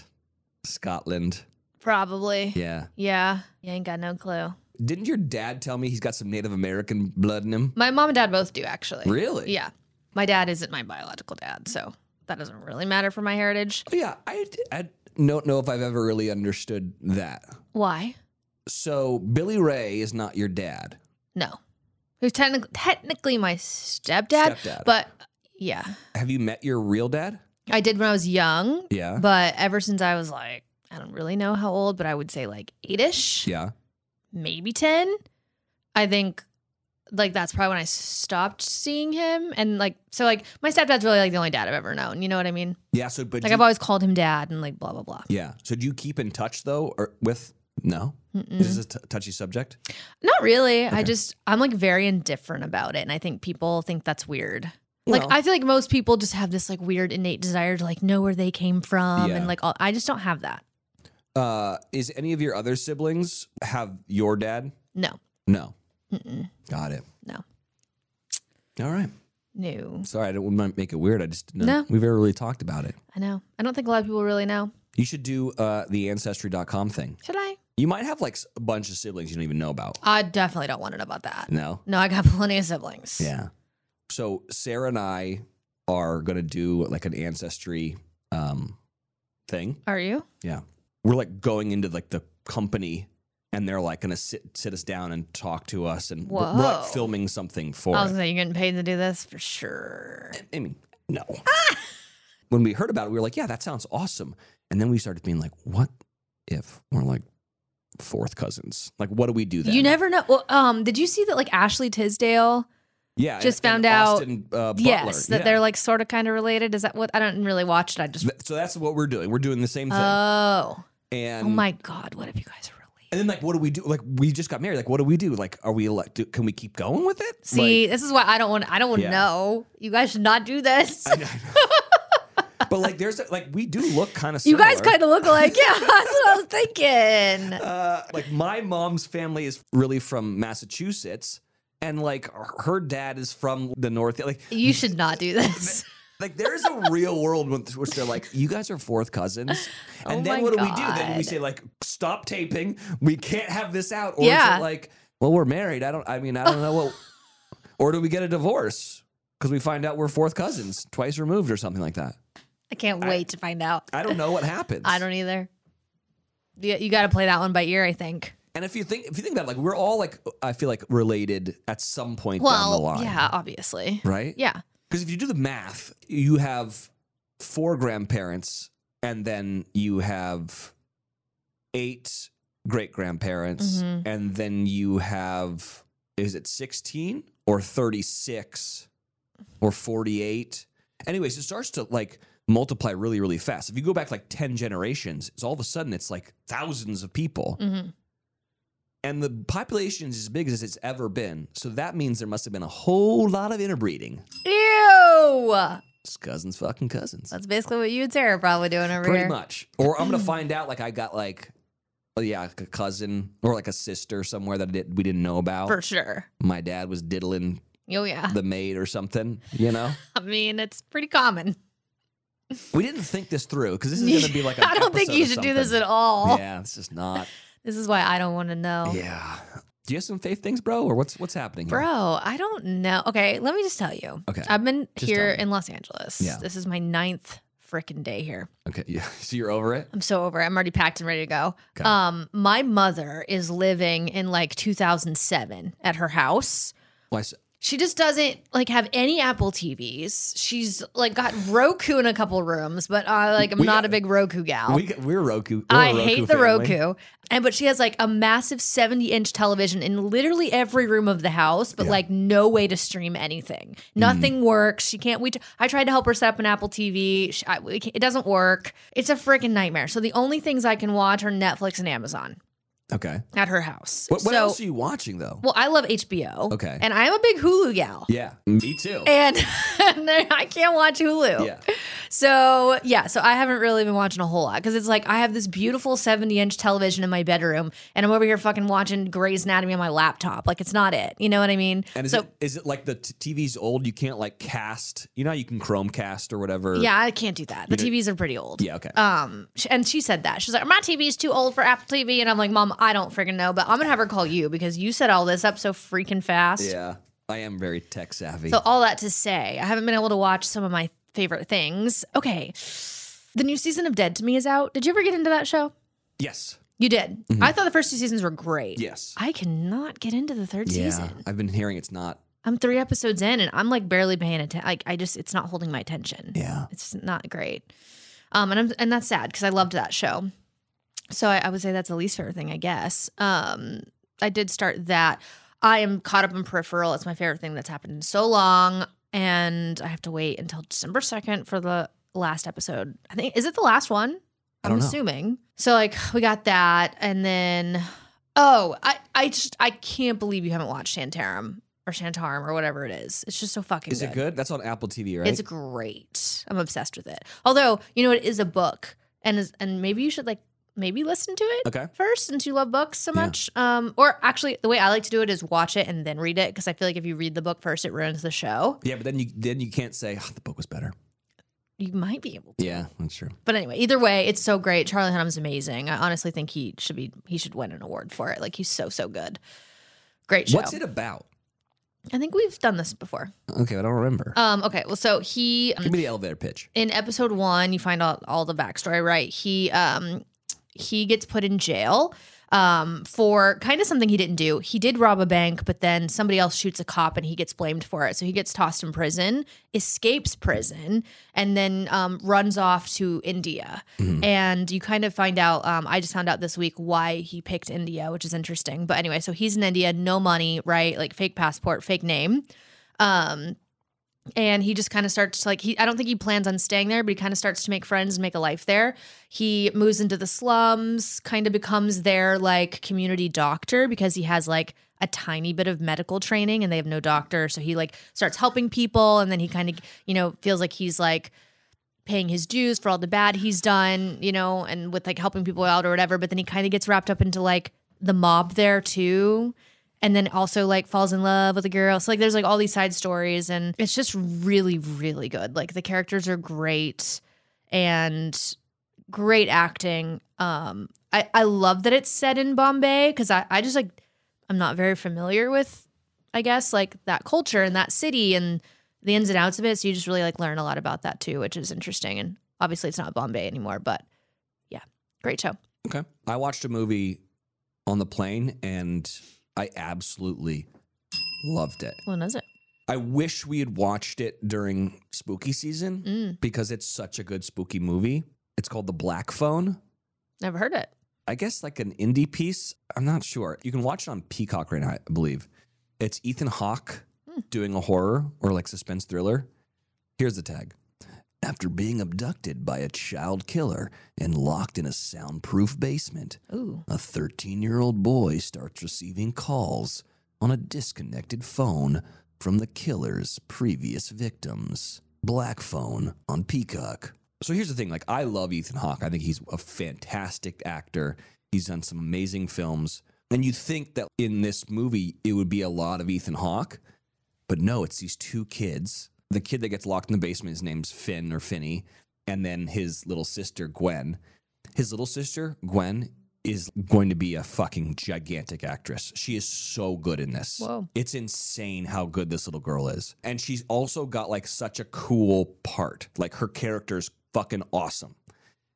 A: Scotland.
B: Probably.
A: Yeah.
B: Yeah. You ain't got no clue.
A: Didn't your dad tell me he's got some Native American blood in him?
B: My mom and dad both do, actually.
A: Really?
B: Yeah. My dad isn't my biological dad, so that doesn't really matter for my heritage.
A: Yeah. I, I don't know if I've ever really understood that.
B: Why?
A: So Billy Ray is not your dad.
B: No. Who's technic- technically my stepdad,
A: Stepdad.
B: but yeah.
A: Have you met your real dad?
B: I did when I was young,
A: Yeah.
B: but ever since I was like, I don't really know how old, but I would say like eight ish,
A: yeah.
B: maybe 10. I think like that's probably when I stopped seeing him. And like, so like my stepdad's really like the only dad I've ever known. You know what I mean?
A: Yeah. So, but
B: Like
A: you-
B: I've always called him dad and like blah, blah, blah.
A: Yeah. So do you keep in touch though, or with? No,
B: Mm-mm.
A: this is a t- touchy subject.
B: Not really. I
A: Okay.
B: just I'm like very indifferent about it, and I think people think that's weird. like
A: Well-
B: I feel like most people just have this like weird innate desire to like know where they came from,
A: Yeah.
B: and like all, I just don't have that.
A: Uh, is any of your other siblings have your dad?
B: No,
A: No.
B: Mm-mm.
A: Got it.
B: No.
A: All right.
B: no,
A: Sorry, I didn't want to make it weird. I just didn't
B: No.
A: We've ever really talked about it.
B: I know. I don't think a lot of people really know.
A: You should do uh, the ancestry.com thing.
B: Should I?
A: You might have like s- a bunch of siblings you don't even know about.
B: I definitely don't want to know about that.
A: No.
B: No, I got plenty of siblings.
A: Yeah. So Sarah and I are gonna do like an ancestry um, thing.
B: Are you?
A: we're like going into like the company and they're like gonna sit sit us down and talk to us and we're, we're, like
B: Whoa.
A: filming something for
B: I was
A: it.
B: gonna say you're getting paid to do this for sure.
A: I mean, no. when we heard about it, we were like, yeah, that sounds awesome. And then we started being like, what if we're like fourth cousins? Like, what do we do then?
B: You never know. Well, um, did you see that like Ashley Tisdale?
A: yeah,
B: just
A: and- and
B: found out-
A: Austin, uh, Butler.
B: Yes, that
A: yeah.
B: they're like sort of kind of related. Is that what? I don't really watch it. I just
A: Th- So that's what we're doing. We're doing the same thing.
B: Oh.
A: and
B: oh my
A: Mm.
B: God. What if you guys are related?
A: and then like, what do we do? Like, we just got married. Like, what do we do? Like, are we like, do, can we keep going with it? Like-
B: See, this is why I don't want I don't want
A: Yeah.
B: to know. You guys should not do this.
A: I know, I know. But like, there's like we do look kind of.
B: You guys kind of look alike. Yeah, that's what I was thinking.
A: uh, like my mom's family is really from Massachusetts, and like her dad is from the North. Like,
B: You should not do this.
A: like there's a real world with which they're like, you guys are fourth cousins, and
C: Oh
A: then
C: my
A: what do we do? Then we
C: God.
A: say like, stop taping. We can't have this out. Or
B: Yeah.
A: is it like, well, we're married. I don't. I mean, I don't know what. Or do we get a divorce because we find out we're fourth cousins, twice removed, or something like that?
B: I can't wait to find out.
A: I don't know what happens.
B: I don't either. You, you got to play that one by ear, I think.
A: And if you think if you think about it, like we're all like I feel like related at some point down the
B: Well,
A: line.
B: yeah, obviously.
A: Right?
B: Yeah.
A: Because if you do the math, you have four grandparents and then you have eight great grandparents
B: Mhm.
A: and then you have is it 16 or 36 or 48? Anyways, it starts to like multiply really really fast. If you go back like 10 generations, it's all of a sudden it's like thousands of people
B: hmm
A: and the population is as big as it's ever been. So that means there must have been a whole lot of interbreeding.
B: Ew.
A: It's cousins, fucking cousins,
B: That's basically what you and Sarah are probably doing over
A: pretty
B: here.
A: much. Or I'm gonna find out like I got like, oh yeah, like a cousin or like a sister somewhere that I did, we didn't know about.
B: For sure.
A: My dad was diddling
B: Oh, yeah.
A: the maid or something. You know,
B: I mean, it's pretty common.
A: we didn't think this through because this is gonna be like. I
B: I don't think you should do this at all.
A: Yeah, it's just not.
B: This is why I don't want to know.
A: Yeah. Do you have some faith things, bro, or what's what's happening? here?
B: Bro, I don't know. Okay, let me just tell you.
A: Okay.
B: I've been
A: Just
B: here
A: tell me.
B: in Los Angeles.
A: Yeah.
B: This is my ninth freaking day here.
A: Okay. Yeah. So you're over it.
B: I'm so over. it. I'm already packed and ready to go.
A: Okay.
B: Um, my mother is living in like 2007 at her house.
A: Why? s-
B: She just doesn't like have any Apple TVs. She's like got Roku in a couple rooms, but I like I'm
A: We
B: not
A: got-
B: a big Roku gal.
A: We, we're Roku. we're a
B: I
A: Roku
B: hate the
A: family.
B: Roku. And but she has like a massive 70 inch television in literally every room of the house, but like no way to stream anything.
A: Mm-hmm.
B: Nothing works. She can't. We t- I tried to help her set up an Apple TV. She, I, we can't- it doesn't work. It's a freaking nightmare. So the only things I can watch are Netflix and Amazon
A: Okay.
B: at her house.
A: What, what
B: so,
A: else are you watching though?
B: well, I love HBO.
A: Okay.
B: and I'm a big Hulu gal.
A: yeah, me too.
B: And, and I can't watch Hulu.
A: yeah,
B: So yeah, so I haven't really been watching a whole lot because it's like I have this beautiful seventy-inch television in my bedroom, and I'm over here fucking watching Grey's Anatomy on my laptop. Like it's not it, you know what I mean?
A: and is
B: so
A: it is it like the t- TV's old? You can't like cast. You know, how you can Chromecast or whatever.
B: yeah, I can't do that. The
A: You know-
B: TVs are pretty old.
A: yeah, okay.
B: Um, sh- and she said that she's like, my TV is too old for Apple TV, and I'm like, Mom, I don't freaking know, but I'm gonna have her call you because you set all this up so freaking fast.
A: yeah, I am very tech savvy.
B: So all that to say, I haven't been able to watch some of my favorite things. Okay, the new season of Dead to Me is out. Did you ever get into that show?
A: yes,
B: You did. I thought the first two seasons were great.
A: yes.
B: I cannot get into the third season.
A: I've been hearing it's not.
B: I'm three episodes in and I'm like barely paying attention. Like I just, it's not holding my attention.
A: Yeah.
B: It's not great. Um, and I'm, and that's sad because I loved that show. So I, I would say that's the least favorite thing, I guess. Um, I did start that. I am caught up in Peripheral. It's my favorite thing that's happened in so long, and I have to wait until December second for the last episode. I think is it the last one?
A: I
B: I'm
A: don't know.
B: assuming. So like we got that, and then oh, I I just I can't believe you haven't watched Shantaram or Shantaram or whatever it is. It's just so fucking.
A: Is it good? That's on Apple TV, right?
B: It's great. I'm obsessed with it. Although, you know, it is a book, and is, and maybe you should like maybe listen to it
A: okay.
B: first since you love books so
A: Yeah.
B: much. Um, or actually, the way I like to do it is watch it and then read it because I feel like if you read the book first, it ruins the show.
A: Yeah, but then you then you can't say "Oh, the book was better.
B: You might be able, to.
A: Yeah, that's true.
B: but anyway, either way, it's so great. Charlie Hunnam's amazing. I honestly think he should be he should win an award for it. Like he's so so good. Great show.
A: What's it about?
B: I think we've done this before.
A: Okay, I don't remember.
B: Um, okay, well, so he
A: Give me the elevator pitch.
B: in episode one you find out all the backstory right he um he gets put in jail um for kind of something he didn't do he did rob a bank but then somebody else shoots a cop and he gets blamed for it so he gets tossed in prison escapes prison and then um, runs off to india and you kind of find out um, i just found out this week why he picked india which is interesting but anyway so he's in india no money right like fake passport fake name um and he just kind of starts to like he i don't think he plans on staying there but he kind of starts to make friends and make a life there he moves into the slums kind of becomes their like community doctor because he has like a tiny bit of medical training and they have no doctor so he like starts helping people and then he kind of you know feels like he's like paying his dues for all the bad he's done, you know, and with like helping people out or whatever. But then he kind of gets wrapped up into like the mob there too. And then also like falls in love with a girl. So like there's like all these side stories and it's just really, really good. Like the characters are great and great acting. Um I, I love that it's set in Bombay because I, I just like I'm not very familiar with, I guess, like that culture and that city and the ins and outs of it. So you just really like learn a lot about that too, which is interesting. And obviously it's not Bombay anymore, but yeah, great show.
A: Okay. I watched a movie on the plane and I absolutely loved it.
B: When is it?
A: I wish we had watched it during spooky season
B: Mm,
A: because it's such a good spooky movie. It's called The Black Phone.
B: never heard it.
A: I guess like an indie piece. I'm not sure. You can watch it on Peacock right now, I believe. It's Ethan Hawke doing a horror or like suspense thriller. Here's the tag. After being abducted by a child killer and locked in a soundproof basement,
B: Ooh.
A: a 13 year old boy starts receiving calls on a disconnected phone from the killer's previous victims. Black phone on Peacock. So here's the thing like, I love Ethan Hawke. I think he's a fantastic actor. He's done some amazing films. And you think that in this movie, it would be a lot of Ethan Hawke, but no, it's these two kids. The kid that gets locked in the basement, his name's Finn or Finny, and then his little sister, Gwen. His little sister, Gwen, is going to be a fucking gigantic actress. She is so good in this.
B: Whoa.
A: It's insane how good this little girl is. And she's also got like such a cool part. Like her character's fucking awesome.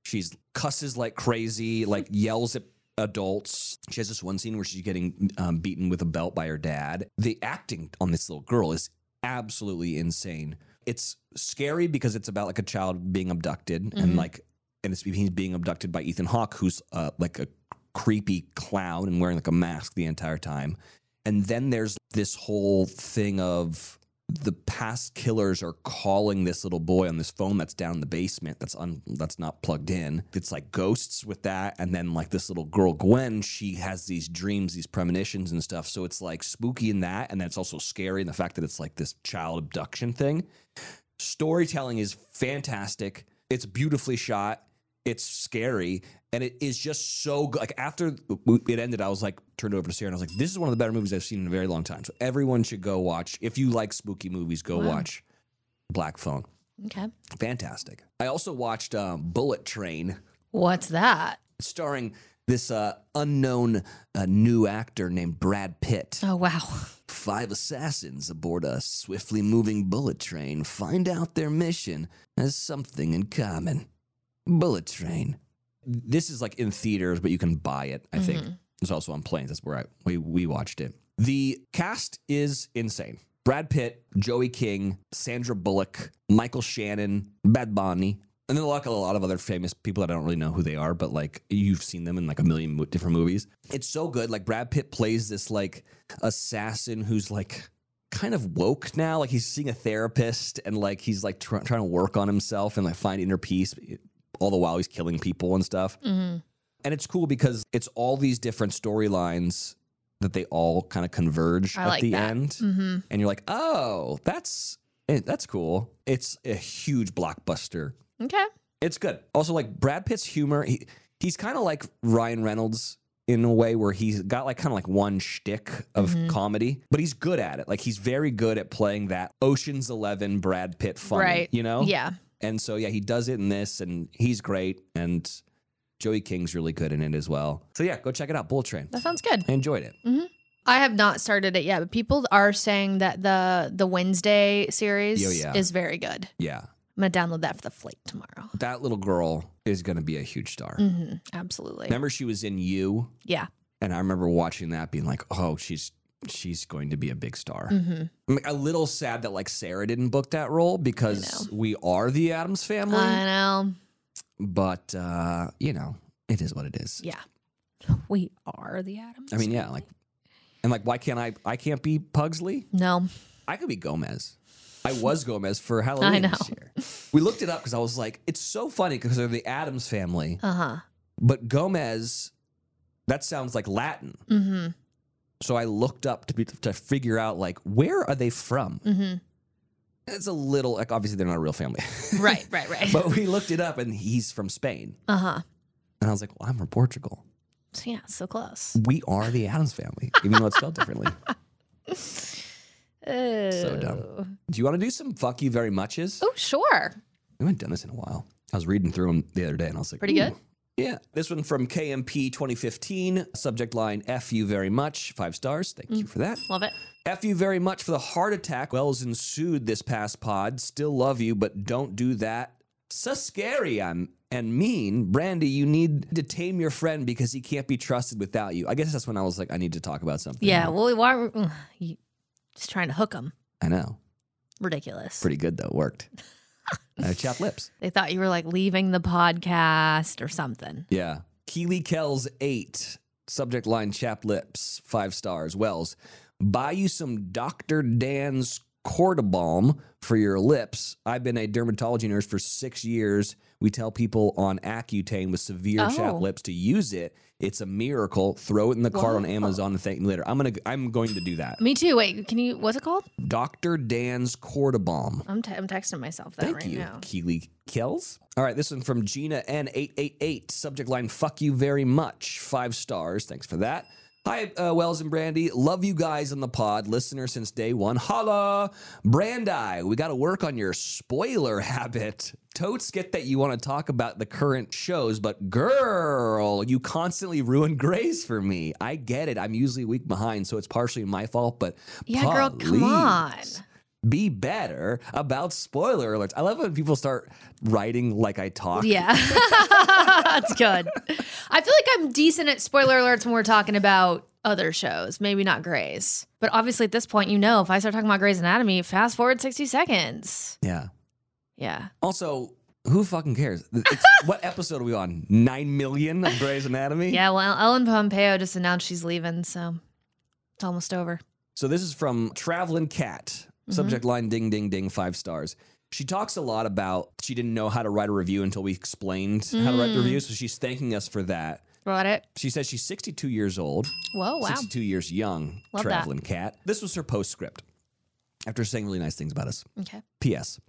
A: She's cusses like crazy, like yells at adults. She has this one scene where she's getting um, beaten with a belt by her dad. The acting on this little girl is absolutely insane. It's scary because it's about like a child being abducted and
B: Mhm.
A: like, and it's he's being abducted by Ethan Hawke, who's uh, like a creepy clown and wearing like a mask the entire time. And then there's this whole thing of the past killers are calling this little boy on this phone that's down in the basement that's un, that's not plugged in. It's like ghosts with that, and then like this little girl Gwen, she has these dreams, these premonitions and stuff. So it's like spooky in that, and then it's also scary in the fact that it's like this child abduction thing. Storytelling is fantastic. It's beautifully shot. It's scary, and it is just so good. Like after it ended, I was like turned over to Sarah, and I was like, "This is one of the better movies I've seen in a very long time." So everyone should go watch. If you like spooky movies, go
B: Wow.
A: watch Black Phone.
B: Okay.
A: Fantastic. I also watched uh, Bullet Train,
B: What's that?
A: starring this uh, unknown uh, new actor named Brad Pitt.
B: Oh, wow.
A: Five assassins aboard a swiftly moving bullet train find out their mission has something in common. Bullet train. This is like in theaters, but you can buy it, I think. It's also on planes. That's where I, we, we watched it. The cast is insane. Brad Pitt, Joey King, Sandra Bullock, Michael Shannon, Bad Bunny, and then a lot, a lot of other famous people that I don't really know who they are, but like you've seen them in like a million mo- different movies. It's so good. Like Brad Pitt plays this like assassin who's like kind of woke now. Like he's seeing a therapist and like he's like try trying to work on himself and like find inner peace. All the while he's killing people and stuff.
B: Mhm.
A: And it's cool because it's all these different storylines that they all kind of converge
C: I
A: at
C: like
A: the
C: that.
A: end
B: Mm-hmm.
A: and you're like, oh, that's eh, that's cool. It's a huge blockbuster.
B: Okay.
A: It's good. Also, like Brad Pitt's humor, he, he's kind of like Ryan Reynolds in a way where he's got like kind of like one shtick of
B: Mhm.
A: comedy, but he's good at it. Like he's very good at playing that Ocean's Eleven Brad Pitt funny,
C: Right.
A: you know?
B: Yeah.
A: And so yeah, he does it in this, and he's great. And Joey King's really good in it as well. So yeah, go check it out. Bull Train.
B: That sounds good.
A: I enjoyed it.
B: I have not started it yet, but people are saying that the the Wednesday series
A: Oh, yeah.
B: is very good.
A: Yeah,
B: I'm going to download that for the flight tomorrow.
A: that little girl is going to be a huge star.
B: hmm Absolutely.
A: Remember, she was in You.
B: Yeah.
A: And I remember watching that being like, oh, she's she's going to be a big star.
B: hmm
A: I'm like, a little sad that like Sarah didn't book that role because we are the Adams family.
B: I know.
A: but uh, you know, it is what it is.
B: Yeah. We are the Adams.
A: I mean, yeah, like and like why can't I I can't be Pugsley?
B: no.
A: I could be Gomez. I was Gomez for Halloween
B: know.
A: this year. We looked it up because I was like, it's so funny because they're the Adams family.
B: Uh huh.
A: But Gomez, that sounds like Latin.
B: Mm
A: So I looked up to be, to figure out like where are they from?
B: hmm. Mm hmm.
A: It's a little like obviously they're not a real family,
B: Right, right, right.
A: but we looked it up and he's from Spain,
B: Uh huh.
A: and I was like, well, I'm from Portugal.
C: So, yeah, so close.
A: We are the Adams family, even though it's spelled differently.
C: So
A: dumb. Do you want to do some fuck you very muches?
B: Oh, sure.
A: We haven't done this in a while. I was reading through them the other day and I was like,
C: Pretty good?
A: "Ooh, Yeah. This one from KMP 2015, subject line F you very much, five stars. Thank you for that.
C: Love it.
A: F you very much for the heart attack Wells ensued this past pod. Still love you, but don't do that. So scary I'm and mean. Brandy, you need to tame your friend because he can't be trusted without you. I guess that's when I was like, I need to talk about something.
B: Yeah. Well, why? mm, you- Just trying to hook them.
A: I know.
B: Ridiculous.
A: Pretty good though. It Worked. I have chapped lips.
B: They thought you were like leaving the podcast or something.
A: Yeah. Keely Kells eight. Subject line chap lips, five stars. Wells, buy you some Dr. Dan's Cordobalm for your lips. I've been a dermatology nurse for six years. We tell people on Accutane with severe
C: Oh.
A: chap lips to use it. It's a miracle. Throw it in the cart on Amazon and thank me later. I'm gonna I'm going to do that.
B: Me too. Wait, can you? What's it called?
A: Dr. Dan's Cordobalm.
B: I'm, te- I'm texting myself that
A: Thank
B: right
A: you,
B: now.
A: Keely Kells. All right, this one from Gina N888. Subject line, fuck you very much. Five stars. Thanks for that. Hi, uh, Wells and Brandy. Love you guys on the pod. Listener since day one. Holla. Brandi, we got to work on your spoiler habit. Totes get that you want to talk about the current shows, but girl, you constantly ruin Grace for me. I get it. I'm usually a week behind, so it's partially my fault, but
B: Yeah, girl, come on.
A: please be better about spoiler alerts. I love when people start writing like I talk.
B: Yeah. That's good. I feel like I'm decent at spoiler alerts when we're talking about other shows, maybe not Grey's. But obviously, at this point, you know, if I start talking about Grey's Anatomy, fast forward 60 seconds.
A: Yeah.
B: Yeah.
A: Also, who fucking cares? It's, what episode are we on? Nine million of Grey's Anatomy?
B: Yeah. Well, Ellen Pompeo just announced she's leaving. So it's almost over.
A: So this is from Traveling Cat.
C: Mm-hmm.
A: Subject line ding ding ding five stars. She talks a lot about she didn't know how to write a review until we explained how to write the review. So she's thanking us for that.
C: Got it.
A: She says she's 62 years old.
C: Whoa, wow.
A: 62 years young,
C: Love that.
A: traveling cat. This was her postscript after saying really nice things about us.
C: Okay.
A: P.S.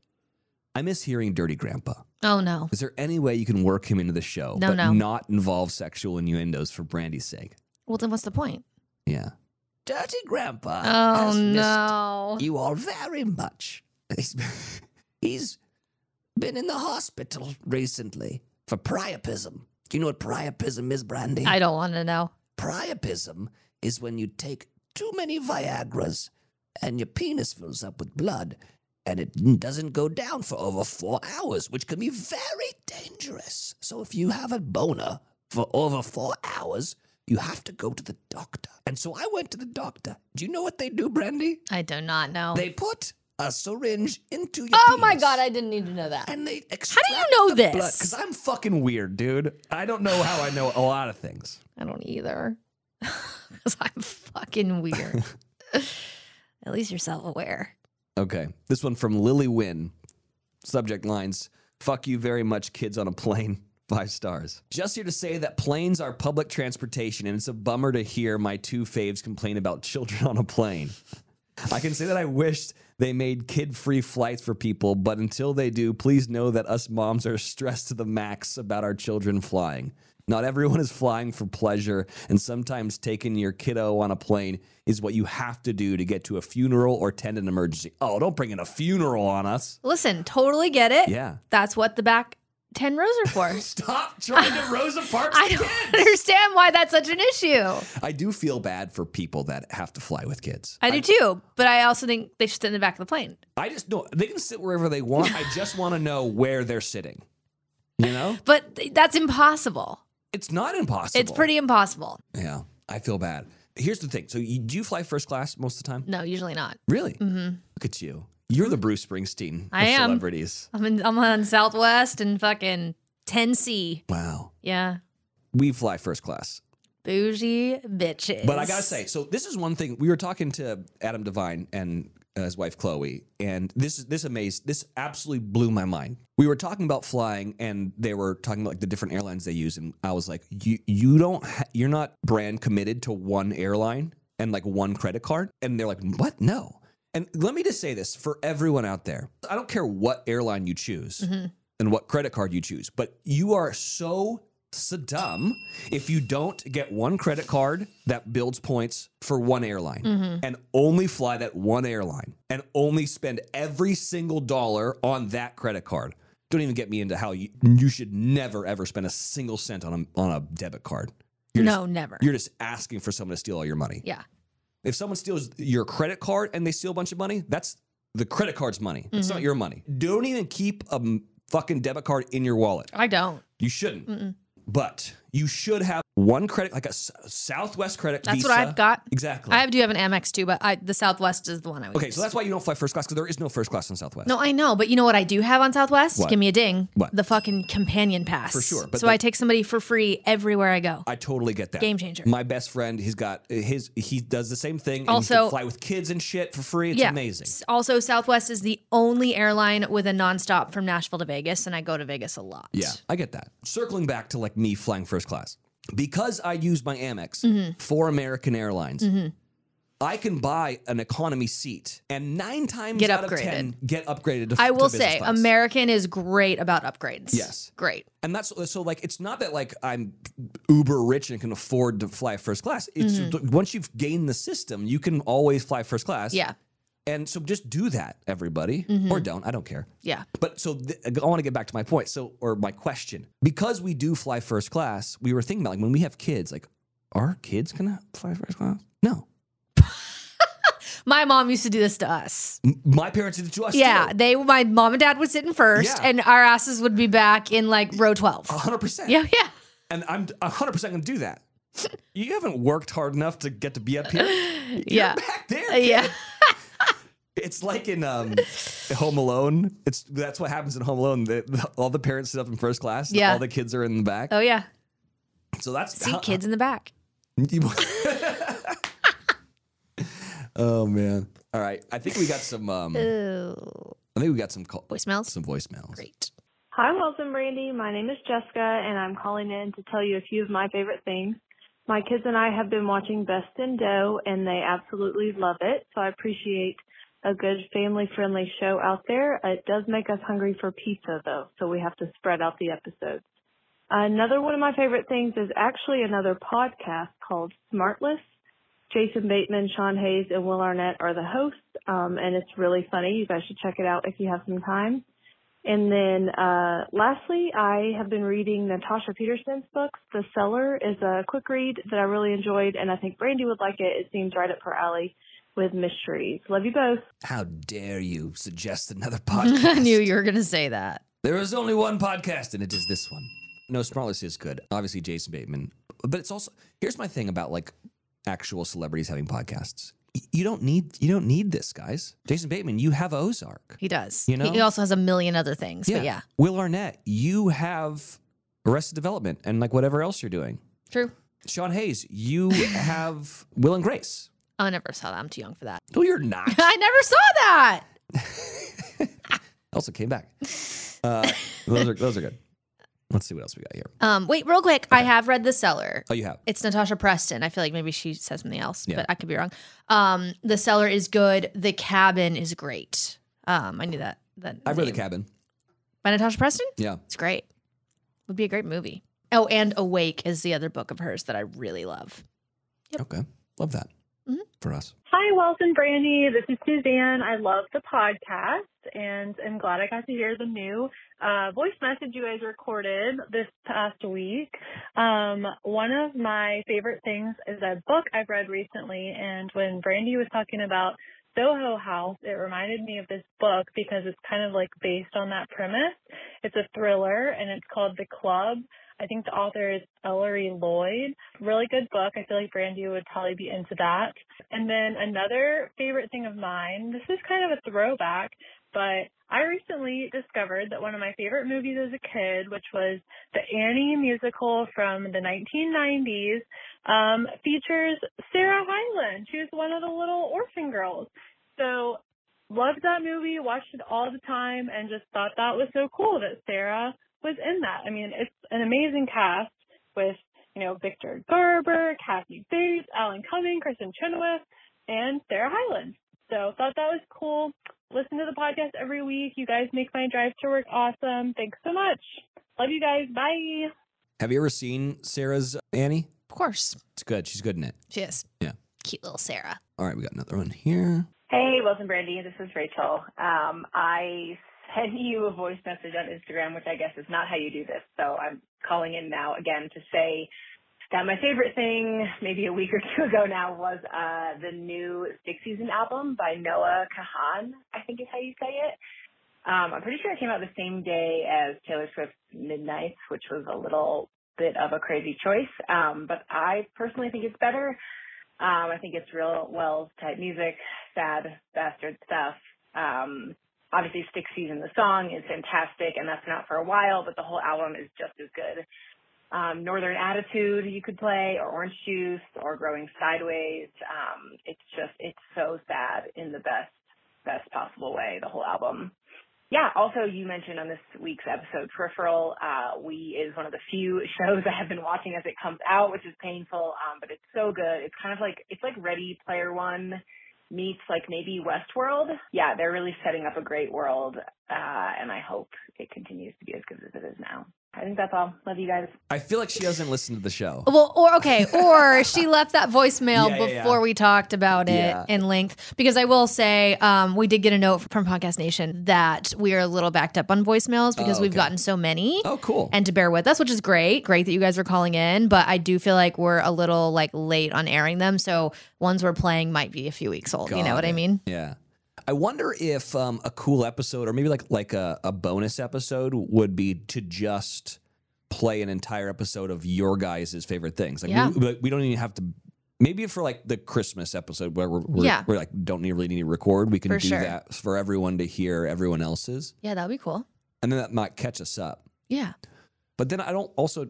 A: I miss hearing Dirty Grandpa.
B: Oh, no.
A: Is there any way you can work him into the show,
B: No,
A: but
B: no.
A: not involve sexual innuendos for Brandy's sake?
B: Well, then what's the point?
A: Yeah. Dirty Grandpa.
B: Oh,
A: has missed
B: no.
A: You all very much. He's- he's been in the hospital recently for priapism. Do you know what priapism is, Brandy?
B: I don't want to know.
A: Priapism is when you take too many Viagras and your penis fills up with blood and it doesn't go down for over four hours, which can be very dangerous. So if you have a boner for over four hours, you have to go to the doctor. And so I went to the doctor. Do you know what they do, Brandy?
B: I do not know.
A: They put a syringe into your
B: oh, my
A: penis
B: God. I didn't need to know that.
A: and they extract
B: know
A: the blood.
B: this?
A: Because I'm fucking weird, dude. I don't know how I know a lot of things.
B: I don't either. Because I'm fucking weird. At least you're self aware.
A: Okay. This one from Lily Wynn. Subject lines Fuck you very much, kids on a plane. Five stars. Just here to say that planes are public transportation, and it's a bummer to hear my two faves complain about children on a plane. I can say that I wished they made kid free flights for people, but until they do, please know that us moms are stressed to the max about our children flying. Not everyone is flying for pleasure, and sometimes taking your kiddo on a plane is what you have to do to get to a funeral or tend an emergency. Oh, don't bring in a funeral on us.
B: Listen, totally get it.
A: Yeah.
B: That's what the back 10 rows are for.
A: Stop trying to Rosa Parks
B: I don't understand why that's such an issue.
A: I do feel bad for people that have to fly with kids.
B: I do too, but I also think they should sit in the back of the plane.
A: I just know they can sit wherever they want. I just want to know where they're sitting. You know?
B: But th- that's impossible.
A: It's not impossible.
B: It's pretty impossible.
A: Yeah, I feel bad. Here's the thing. So, you, do you fly first class most of the time?
B: No, usually not.
A: Really? Mm-hmm. Look at you. You're the Bruce Springsteen of
B: I am.
A: celebrities.
B: I'm, in, I'm on Southwest and fucking 10C.
A: Wow.
B: Yeah.
A: We fly first class.
B: Bougie bitches.
A: But I gotta say, so this is one thing we were talking to Adam Devine and uh, his wife Chloe, and this this amazed, this absolutely blew my mind. We were talking about flying, and they were talking about like the different airlines they use, and I was like, you you don't ha- you're not brand committed to one airline and like one credit card, and they're like, what? No. And let me just say this for everyone out there I don't care what airline you choose and what credit card you choose, but you are so Saddam if you don't get one credit card that builds points for one airline and only fly that one airline and only spend every single dollar on that credit card. Don't even get me into how you, you should never ever spend a single cent on a, on a debit card. You're
B: no, never.
A: Just, you're just asking for someone to steal all your money.
B: yeah.
A: If someone steals your credit card and they steal a bunch of money, that's the credit card's money. It's not your money. Don't even keep a m- fucking debit card in your wallet.
B: I don't.
A: You shouldn't. But you should have one credit, like a S- Southwest credit.
B: That's what
A: Visa.
B: I've got.
A: Exactly.
B: I do have an Amex too, but I, the Southwest is the one I would
A: okay,
B: use.
A: so that's why you don't fly first class because there is no first class on Southwest.
B: No, I know, but you know what I do have on Southwest?
A: What?
B: Give me a ding.
A: What?
B: The fucking companion pass.
A: For sure, but
B: so
A: the-
B: I take somebody for free everywhere I go.
A: I totally get that.
B: Game changer.
A: My best friend, he's got uh, his. He does the same thing. and he
B: Also-
A: can fly with kids and shit for free. It's amazing.
B: S- Also, Southwest is the only airline with a nonstop from Nashville to Vegas, and I go to Vegas a lot.
A: Yeah, I get that. Circling back to like me flying first class, because I use my Amex
B: Mm-hmm.
A: for American Airlines, I can buy an economy seat and nine times
B: Get
A: out of
B: upgraded.
A: ten get upgraded. To,
B: I
A: to
B: will
A: business
B: say,
A: class.
B: American is great about upgrades.
A: Yes.
B: Great.
A: and that's so like it's not that like I'm uber rich and can afford to fly first class. It's
B: Mm-hmm.
A: once you've gained the system, you can always fly first class.
B: Yeah. Mm-hmm.
A: and so just do that, everybody, or don't. I don't care.
B: Yeah.
A: But so th- I want to get back to my point. So, or my question, because we do fly first class, we were thinking about like when we have kids, like, are kids gonna fly first class? No,
B: My mom used to do this to us.
A: M- my parents did it to us.
B: Yeah.
A: too.
B: They, my mom and dad would sit in
A: Yeah.
B: first,
A: Oh.
B: and our asses would be back in like row 12.
A: A hundred percent.
B: Yeah. Yeah.
A: and I'm a hundred percent gonna do that. you haven't worked hard enough to get to be up here. You're
B: Yeah. Uh,
A: back there. kid.
B: Yeah.
A: It's like in um, Home Alone. It's that's what happens in Home Alone. The, the- all the parents sit up in first class. and
B: Yeah.
A: all the kids are in the back.
B: Oh, yeah.
A: So that's
B: See
A: how-
B: kids in the back.
A: You- oh man! All right, I think we got some. Um, I think we got some call-
B: Uh, Voicemails?
A: some voicemails.
B: Great.
E: Hi, Wells and Brandy. My name is Jessica, and I'm calling in to tell you a few of my favorite things. My kids and I have been watching Best in Doe, and they absolutely love it. So I appreciate a good family friendly show out there. It does make us hungry for pizza, though, so we have to spread out the episodes. Another one of my favorite things is actually another podcast called Smartless. Jason Bateman, Sean Hayes, and Will Arnett are the hosts, um, and it's really funny. You guys should check it out if you have some time. And then uh, lastly, I have been reading Natasha Peterson's books. The Cellar is a quick read that I really enjoyed, and I think Brandy would like it. It seems right up her alley with mysteries. Love you both.
A: How dare you suggest another
B: I
A: podcast?
B: knew you were going to say that.
A: There is only one podcast, and it is this one. No, Smartless is good. Obviously, Jason Bateman, but it's also here's my thing about like actual celebrities having podcasts. Y- You don't need you don't need this, guys. Jason Bateman, you have Ozark.
B: He does.
A: You know?
B: He also has a million other things. But yeah.
A: Will Arnett, you have Arrested Development and like whatever else you're doing.
B: True.
A: Sean Hayes, you have Will and Grace.
B: Oh, I never saw that. I'm too young for that.
A: No, you're not.
B: I never saw that.
A: Elsa came back. Uh, those are those are good. Let's see what else we got here.
B: Um, wait, real quick. I have read The Cellar.
A: Oh, you have.
B: It's Natasha Preston. I feel like maybe she said something else,
A: Yeah.
B: but I could be wrong. Um, the Cellar is good. The Cabin is great. Um, I knew that. that
A: I read The
B: name.
A: Cabin.
B: By Natasha Preston?
A: Yeah.
B: It's great. Would be a great movie. Oh, and Awake is the other book of hers that I really love.
A: Okay. Love that
B: Mhm.
A: for us.
E: Hi, Wells and Brandy. This is Suzanne. I love the podcast, and I'm glad I got to hear the new uh, voice message you guys recorded this past week. Um, one of my favorite things is a book I've read recently, and when Brandy was talking about Soho House, it reminded me of this book because it's kind of like based on that premise. It's a thriller, and it's called The Club. I think the author is Ellery Lloyd. Really good book. I feel like Brandy would probably be into that. And then another favorite thing of mine, this is kind of a throwback, but I recently discovered that one of my favorite movies as a kid, which was the Annie musical from the 1990s, um, features Sarah Hyland. She was one of the little orphan girls. So loved that movie, watched it all the time, and just thought that was so cool that Sarah was in that. I mean, it's an amazing cast with you know, Victor Garber, Kathy Bates, Alan Cumming, Kristen Chenoweth, and Sarah Hyland.
F: So thought that was cool. Listen to the podcast every week. You guys make my drive to work awesome. Thanks so much. Love you guys. Bye.
A: Have you ever seen Sarah's Annie?
B: Of course.
A: It's good. She's good in it.
B: She is.
A: Yeah.
B: Cute little Sarah.
A: All right, we got another one here.
E: Hey, Wilson Brandy, this is Rachel. Um, I sent you a voice message on Instagram, which I guess is not how you do this. So I'm calling in now again to say that my favorite thing, maybe a week or two ago now, was uh, the new Six Season album by Noah Kahan, I think is how you say it. Um, I'm pretty sure it came out the same day as Taylor Swift's Midnight, which was a little bit of a crazy choice. Um, but I personally think it's better. Um, I think it's real Wells type music, sad bastard stuff. Um, obviously, Stick Season, the song is fantastic, and that's been out for a while, but the whole album is just as good. Um, Northern Attitude you could play, or Orange Juice, or Growing Sideways. Um, it's just, it's so sad in the best, best possible way, the whole album. Yeah, also you mentioned on this week's episode, Peripheral, uh, we is one of the few shows I have been watching as it comes out, which is painful, um, but it's so good. It's kind of like, it's like Ready Player One meets like maybe Westworld. Yeah, they're really setting up a great world, uh, and I hope it continues to be as good as it is now. I think that's all. Love you guys.
A: I feel like she doesn't listen to the show.
B: Well, or okay, or she left that voicemail
A: Yeah, yeah, yeah.
B: before we talked about it
A: Yeah.
B: in length. Because I will say, um, we did get a note from Podcast Nation that we are a little backed up on voicemails because
A: Oh,
B: we've
A: okay.
B: gotten so many.
A: Oh, cool.
B: and to bear with us, which is great. Great that you guys are calling in, but I do feel like we're a little like late on airing them. So ones we're playing might be a few weeks old. you
A: Got
B: know what I
A: it.
B: mean?
A: yeah. I wonder if um, a cool episode or maybe like like a, a bonus episode would be to just play an entire episode of your guys' favorite things. Like
B: Yeah.
A: we, like, we don't even have to maybe for like the Christmas episode where we're, we're,
B: Yeah.
A: we're like don't need, really need to record, we can
B: For
A: do
B: sure.
A: that for everyone to hear everyone else's.
B: Yeah, that'd be cool.
A: And then that might catch us up.
B: Yeah,
A: But then I don't also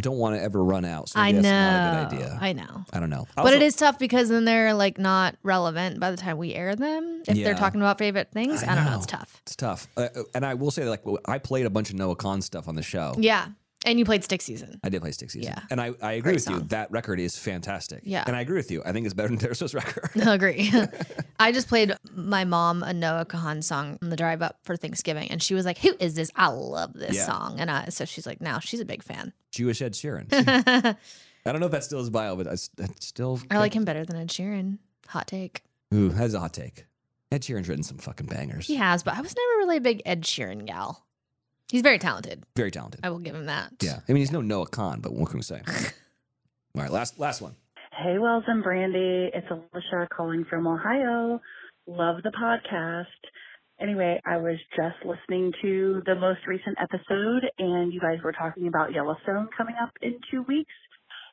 A: don't want to ever run out. So
B: I
A: maybe
B: know.
A: that's not a good idea.
B: I know.
A: I, don't know.
B: but it is tough because then they're like not relevant by the time we air them. If
A: Yeah.
B: they're talking about favorite things, I,
A: I
B: don't know.
A: know.
B: It's tough.
A: It's tough. Uh, uh, and I will say that like I played a bunch of Noah Khan stuff on the show.
B: Yeah, and you played Stick Season.
A: I did play Stick Season.
B: Yeah.
A: And I, I agree
B: Great
A: with you.
B: song.
A: That record is fantastic.
B: Yeah.
A: And I agree with you. I think it's better than Taylor Swift's record.
B: Agree. I just played my mom a Noah Kahan song on the drive up for Thanksgiving, and she was like, "Who is this? I love this
A: Yeah.
B: song." And I, so she's like, "Now she's a big fan."
A: Jewish Ed Sheeran.
B: I
A: I don't know if that's still his bio, but I, s- I still.
B: like him better than Ed Sheeran. Hot take.
A: Ooh, that's a hot take. Ed Sheeran's written some fucking bangers.
B: He has, but I was never really a big Ed Sheeran gal. He's very talented.
A: Very talented.
B: I will give him that.
A: Yeah. I mean, he's no Noah Khan, but what can we say? All right, last last one.
G: Hey, Wells and Brandy. It's Alicia calling from Ohio. Love the podcast. Anyway, I was just listening to the most recent episode, and you guys were talking about Yellowstone coming up in two weeks.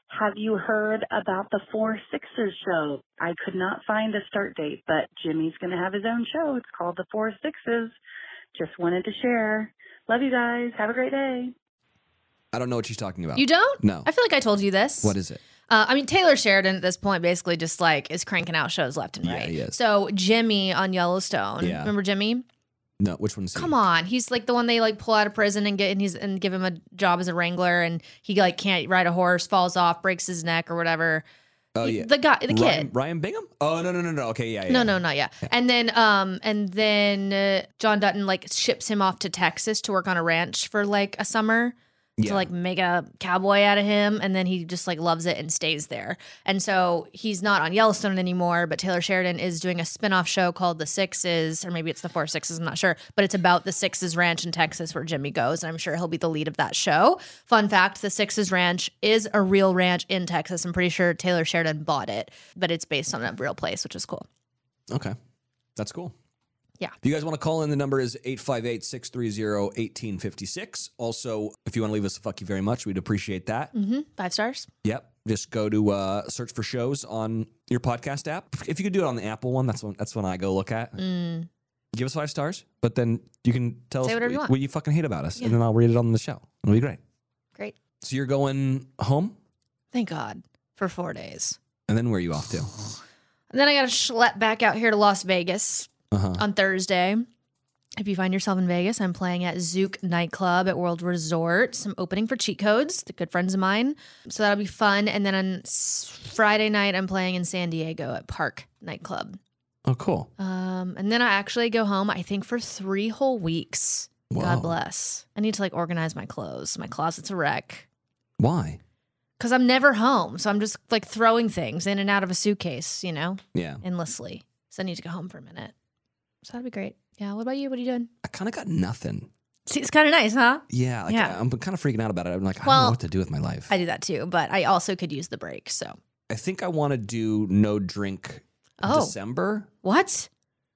G: Have you heard about the Four Sixers show? I could not find a start date, but Jimmy's going to have his own show. It's called The Four Sixes. Just wanted to share. Love you guys. Have a great day.
A: I don't know what she's talking about.
B: You don't?
A: No.
B: I feel like I told you this.
A: What is it?
B: Uh, I mean, Taylor Sheridan at this point basically just like is cranking out shows left and
A: Yeah,
B: right.
A: he is.
B: So Jimmy on Yellowstone.
A: Yeah.
B: Remember Jimmy?
A: No, which one's he?
B: Come on, he's like the one they like pull out of prison and get and he's and give him a job as a wrangler, and he like can't ride a horse, falls off, breaks his neck or whatever.
A: Oh
B: He-
A: yeah,
B: the guy, the kid.
A: Ryan, Ryan Bingham. Oh no no no no. Okay yeah yeah.
B: No,
A: yeah.
B: no, not yet. And then, um, and then uh, John Dutton like ships him off to Texas to work on a ranch for like a summer
A: Yeah.
B: to like make a cowboy out of him, and then he just like loves it and stays there. And so he's not on Yellowstone anymore, but Taylor Sheridan is doing a spin-off show called The Sixes, or maybe it's The Four Sixes. I'm not sure, but it's about the Sixes Ranch in Texas where Jimmy goes, and I'm sure he'll be the lead of that show. Fun fact: The Sixes Ranch is a real ranch in Texas. I'm pretty sure Taylor Sheridan bought it, but it's based on a real place, which is cool.
A: Okay, that's cool.
B: Yeah.
A: If you guys want to call in, the number is 858 630 1856. Also, if you want to leave us a fuck you very much, we'd appreciate that.
B: Mm-hmm. Five stars.
A: Yep. Just go to uh, search for shows on your podcast app. If you could do it on the Apple one, that's one that's one I go look at.
B: Mm.
A: Give us five stars, but then you can tell
B: Say
A: us
B: whatever you
A: what,
B: want.
A: what you fucking hate about us,
B: Yeah.
A: and then I'll read it on the show. It'll be great.
B: Great.
A: So you're going home,
B: Thank God for four days.
A: and then where are you off to?
B: And then I got to schlep back out here to Las Vegas
A: Uh huh.
B: on Thursday. If you find yourself in Vegas, I'm playing at Zook Nightclub at World Resort. Some opening for Cheat Codes, the good friends of mine. So that'll be fun. And then on s- Friday night, I'm playing in San Diego at Park Nightclub.
A: Oh, cool.
B: Um, and then I actually go home, I think, for three whole weeks.
A: Wow.
B: God bless. I need to like organize my clothes. My closet's a wreck
A: Why?
B: because I'm never home. So I'm just like throwing things in and out of a suitcase, you know,
A: Yeah.
B: endlessly. So I need to go home for a minute. So that'd be great. Yeah. What about you? What are you doing?
A: I kind of got nothing.
B: See, it's kind of nice, huh?
A: Yeah. Like,
B: Yeah.
A: I'm kind of freaking out about it. I'm like, I don't know
B: Well,
A: what to do with my life.
B: I do that too, but I also could use the break. So
A: I think I want to do no drink
B: Oh.
A: December.
B: what?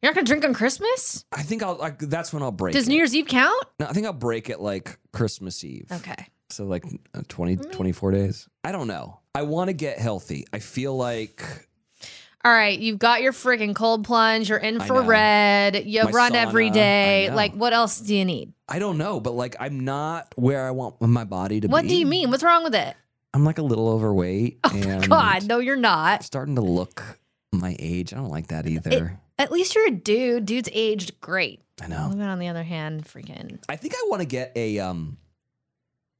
B: You're not gonna drink on Christmas?
A: I think I'll like that's when I'll break.
B: Does
A: it.
B: New Year's Eve count?
A: No, I think I'll break it like Christmas Eve.
B: Okay. Mm.
A: So like uh, 20 24 days. I don't know. I want to get healthy. I feel like
B: All right, you've got your freaking cold plunge, your infrared, you
A: My
B: run
A: sauna, I
B: every day.
A: know.
B: Like, what else do you need?
A: I don't know, but like I'm not where I want my body to be.
B: What do you mean? What's wrong with it?
A: I'm like a little overweight and
B: God, no, you're
A: I'm
B: not.
A: starting to look my age. I don't like that either.
B: At least you're a dude. Dude's aged great.
A: I know.
B: Women, on the other hand, freaking.
A: I think I want to get a um.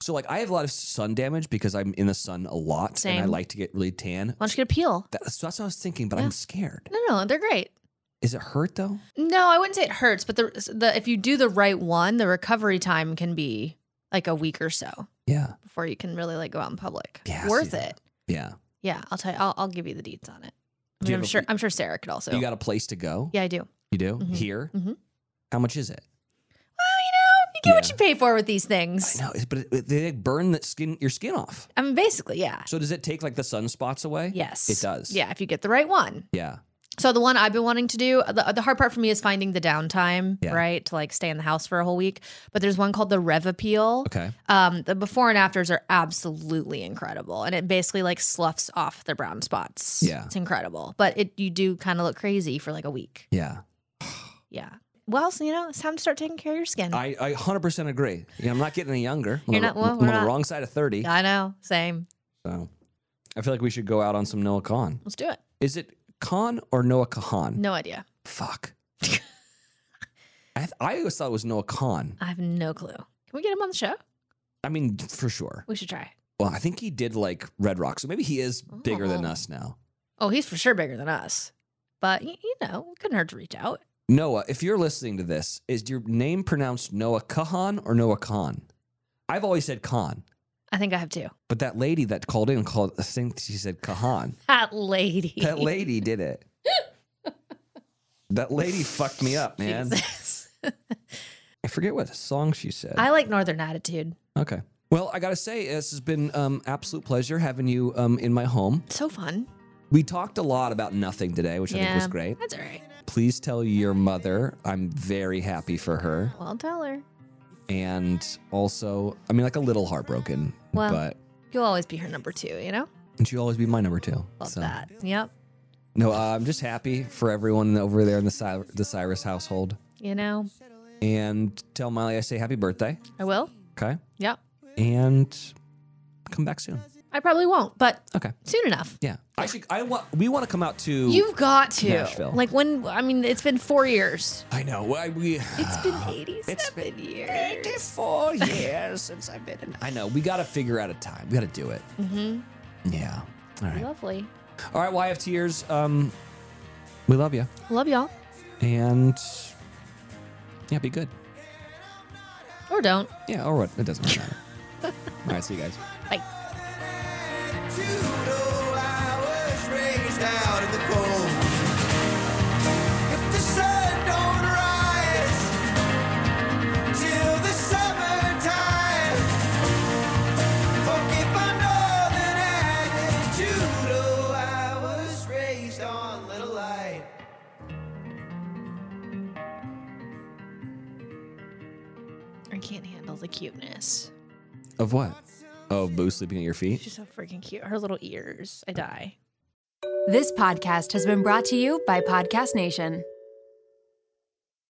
A: So like I have a lot of sun damage because I'm in the sun a lot, and I
B: Same.
A: like to get really tan.
B: Why don't you get a peel?
A: That, so that's what I was thinking, but
B: Yeah.
A: I'm scared.
B: No, no, they're great.
A: Is it hurt though?
B: No, I wouldn't say it hurts, but the, the if you do the right one, the recovery time can be like a week or so
A: Yeah,
B: before you can really like go out in public.
A: Yeah, I see
B: Worth
A: that.
B: it.
A: yeah.
B: Yeah, I'll tell you. I'll, I'll give you the deets on it.
A: Do
B: I mean,
A: you
B: I'm
A: have a-
B: sure. I'm sure Sarah could also.
A: you got a place to go?
B: yeah, I do.
A: You do
B: Mhm.
A: here.
B: Mhm.
A: How much is it?
B: Well, you know, you get what
A: Yeah.
B: you pay for with these
A: I
B: things.
A: know, it's- but it, it- they like, burn the skin, your skin off.
B: I mean, basically, yeah.
A: So does it take like the sunspots away?
B: Yes.
A: it does.
B: Yeah, if you get the right one.
A: yeah.
B: So the one I've been wanting to do, the, the hard part for me is finding the downtime,
A: Yeah.
B: right? To like stay in the house for a whole week. But there's one called the Rev Appeal.
A: Okay.
B: Um, the before and afters are absolutely incredible, and it basically like sloughs off the brown spots.
A: Yeah.
B: it's incredible. But it you do kind of look crazy for like a week.
A: Yeah.
B: Yeah. Well, so you know, it's time to start taking care of your skin.
A: I I hundred percent agree. Yeah, I'm not getting any younger. I'm
B: Mm-hmm. You're
A: on the-
B: not- well,
A: I'm on
B: we're
A: the
B: not.
A: wrong side of thirty.
B: I know. Same.
A: So I feel like we should go out on some Noah Khan.
B: Let's do it.
A: Is it Khan or Noah Kahan?
B: No idea.
A: Fuck. I, th- I always thought it was Noah Khan.
B: I have no clue. Can we get him on the show?
A: I mean, for sure.
B: We should try.
A: Well, I think he did like Red Rock, so maybe he is bigger than
B: Oh.
A: us now.
B: Oh, he's for sure bigger than us. But y- you know, it couldn't hurt to reach out.
A: Noah, if you're listening to this, is your name pronounced Noah Kahan or Noah Khan? I've always said Khan,
B: I think I have two.
A: but that lady that called in called, I think she said Kahan.
B: That lady.
A: That lady did it. that lady fucked me up, man.
B: Jesus.
A: I forget what song she said.
B: I like Northern Attitude.
A: Okay. Well, I gotta say, this has been um, absolute pleasure having you um, in my home.
B: So fun.
A: We talked a lot about nothing today, which I think was
B: Yeah.
A: great.
B: That's all right.
A: Please tell your mother I'm very happy for her,
B: Well, tell her.
A: and also, I mean, like a little heartbroken,
B: Well.
A: but
B: You'll always be her number two, you know?
A: and she'll always be my number two.
B: Love that. Yep.
A: No, uh, I'm just happy for everyone over there in the, Cy- the Cyrus household,
B: You know,
A: and tell Molly I say happy birthday.
B: I will.
A: Okay,
B: Yep.
A: and come back soon.
B: I probably won't, but
A: Okay.
B: soon enough.
A: Yeah, I should. I want. We want to come out to.
B: You've got to.
A: Nashville.
B: Like when I mean, it's been four years.
A: I know. Well, I, we.
B: It's been eighty-seven years.
A: 84 years since I've been in. I know. We got to figure out a time. We got to do it. Mm-hmm. Yeah. All right.
C: Lovely.
A: All right. Well, I have tears. Um, we love you.
B: Love y'all.
A: And yeah, be good.
B: Or don't.
A: Yeah. All right. It doesn't really matter. all right. See you guys.
H: Two I was raised out in the cold. If the sun don't rise till the summertime, forgive my northern attitude. Oh, I was raised on little light.
B: I can't handle the cuteness.
A: Of what? Oh, Boo sleeping at your feet.
B: She's so freaking cute. Her little ears. I die.
I: This podcast has been brought to you by Podcast Nation.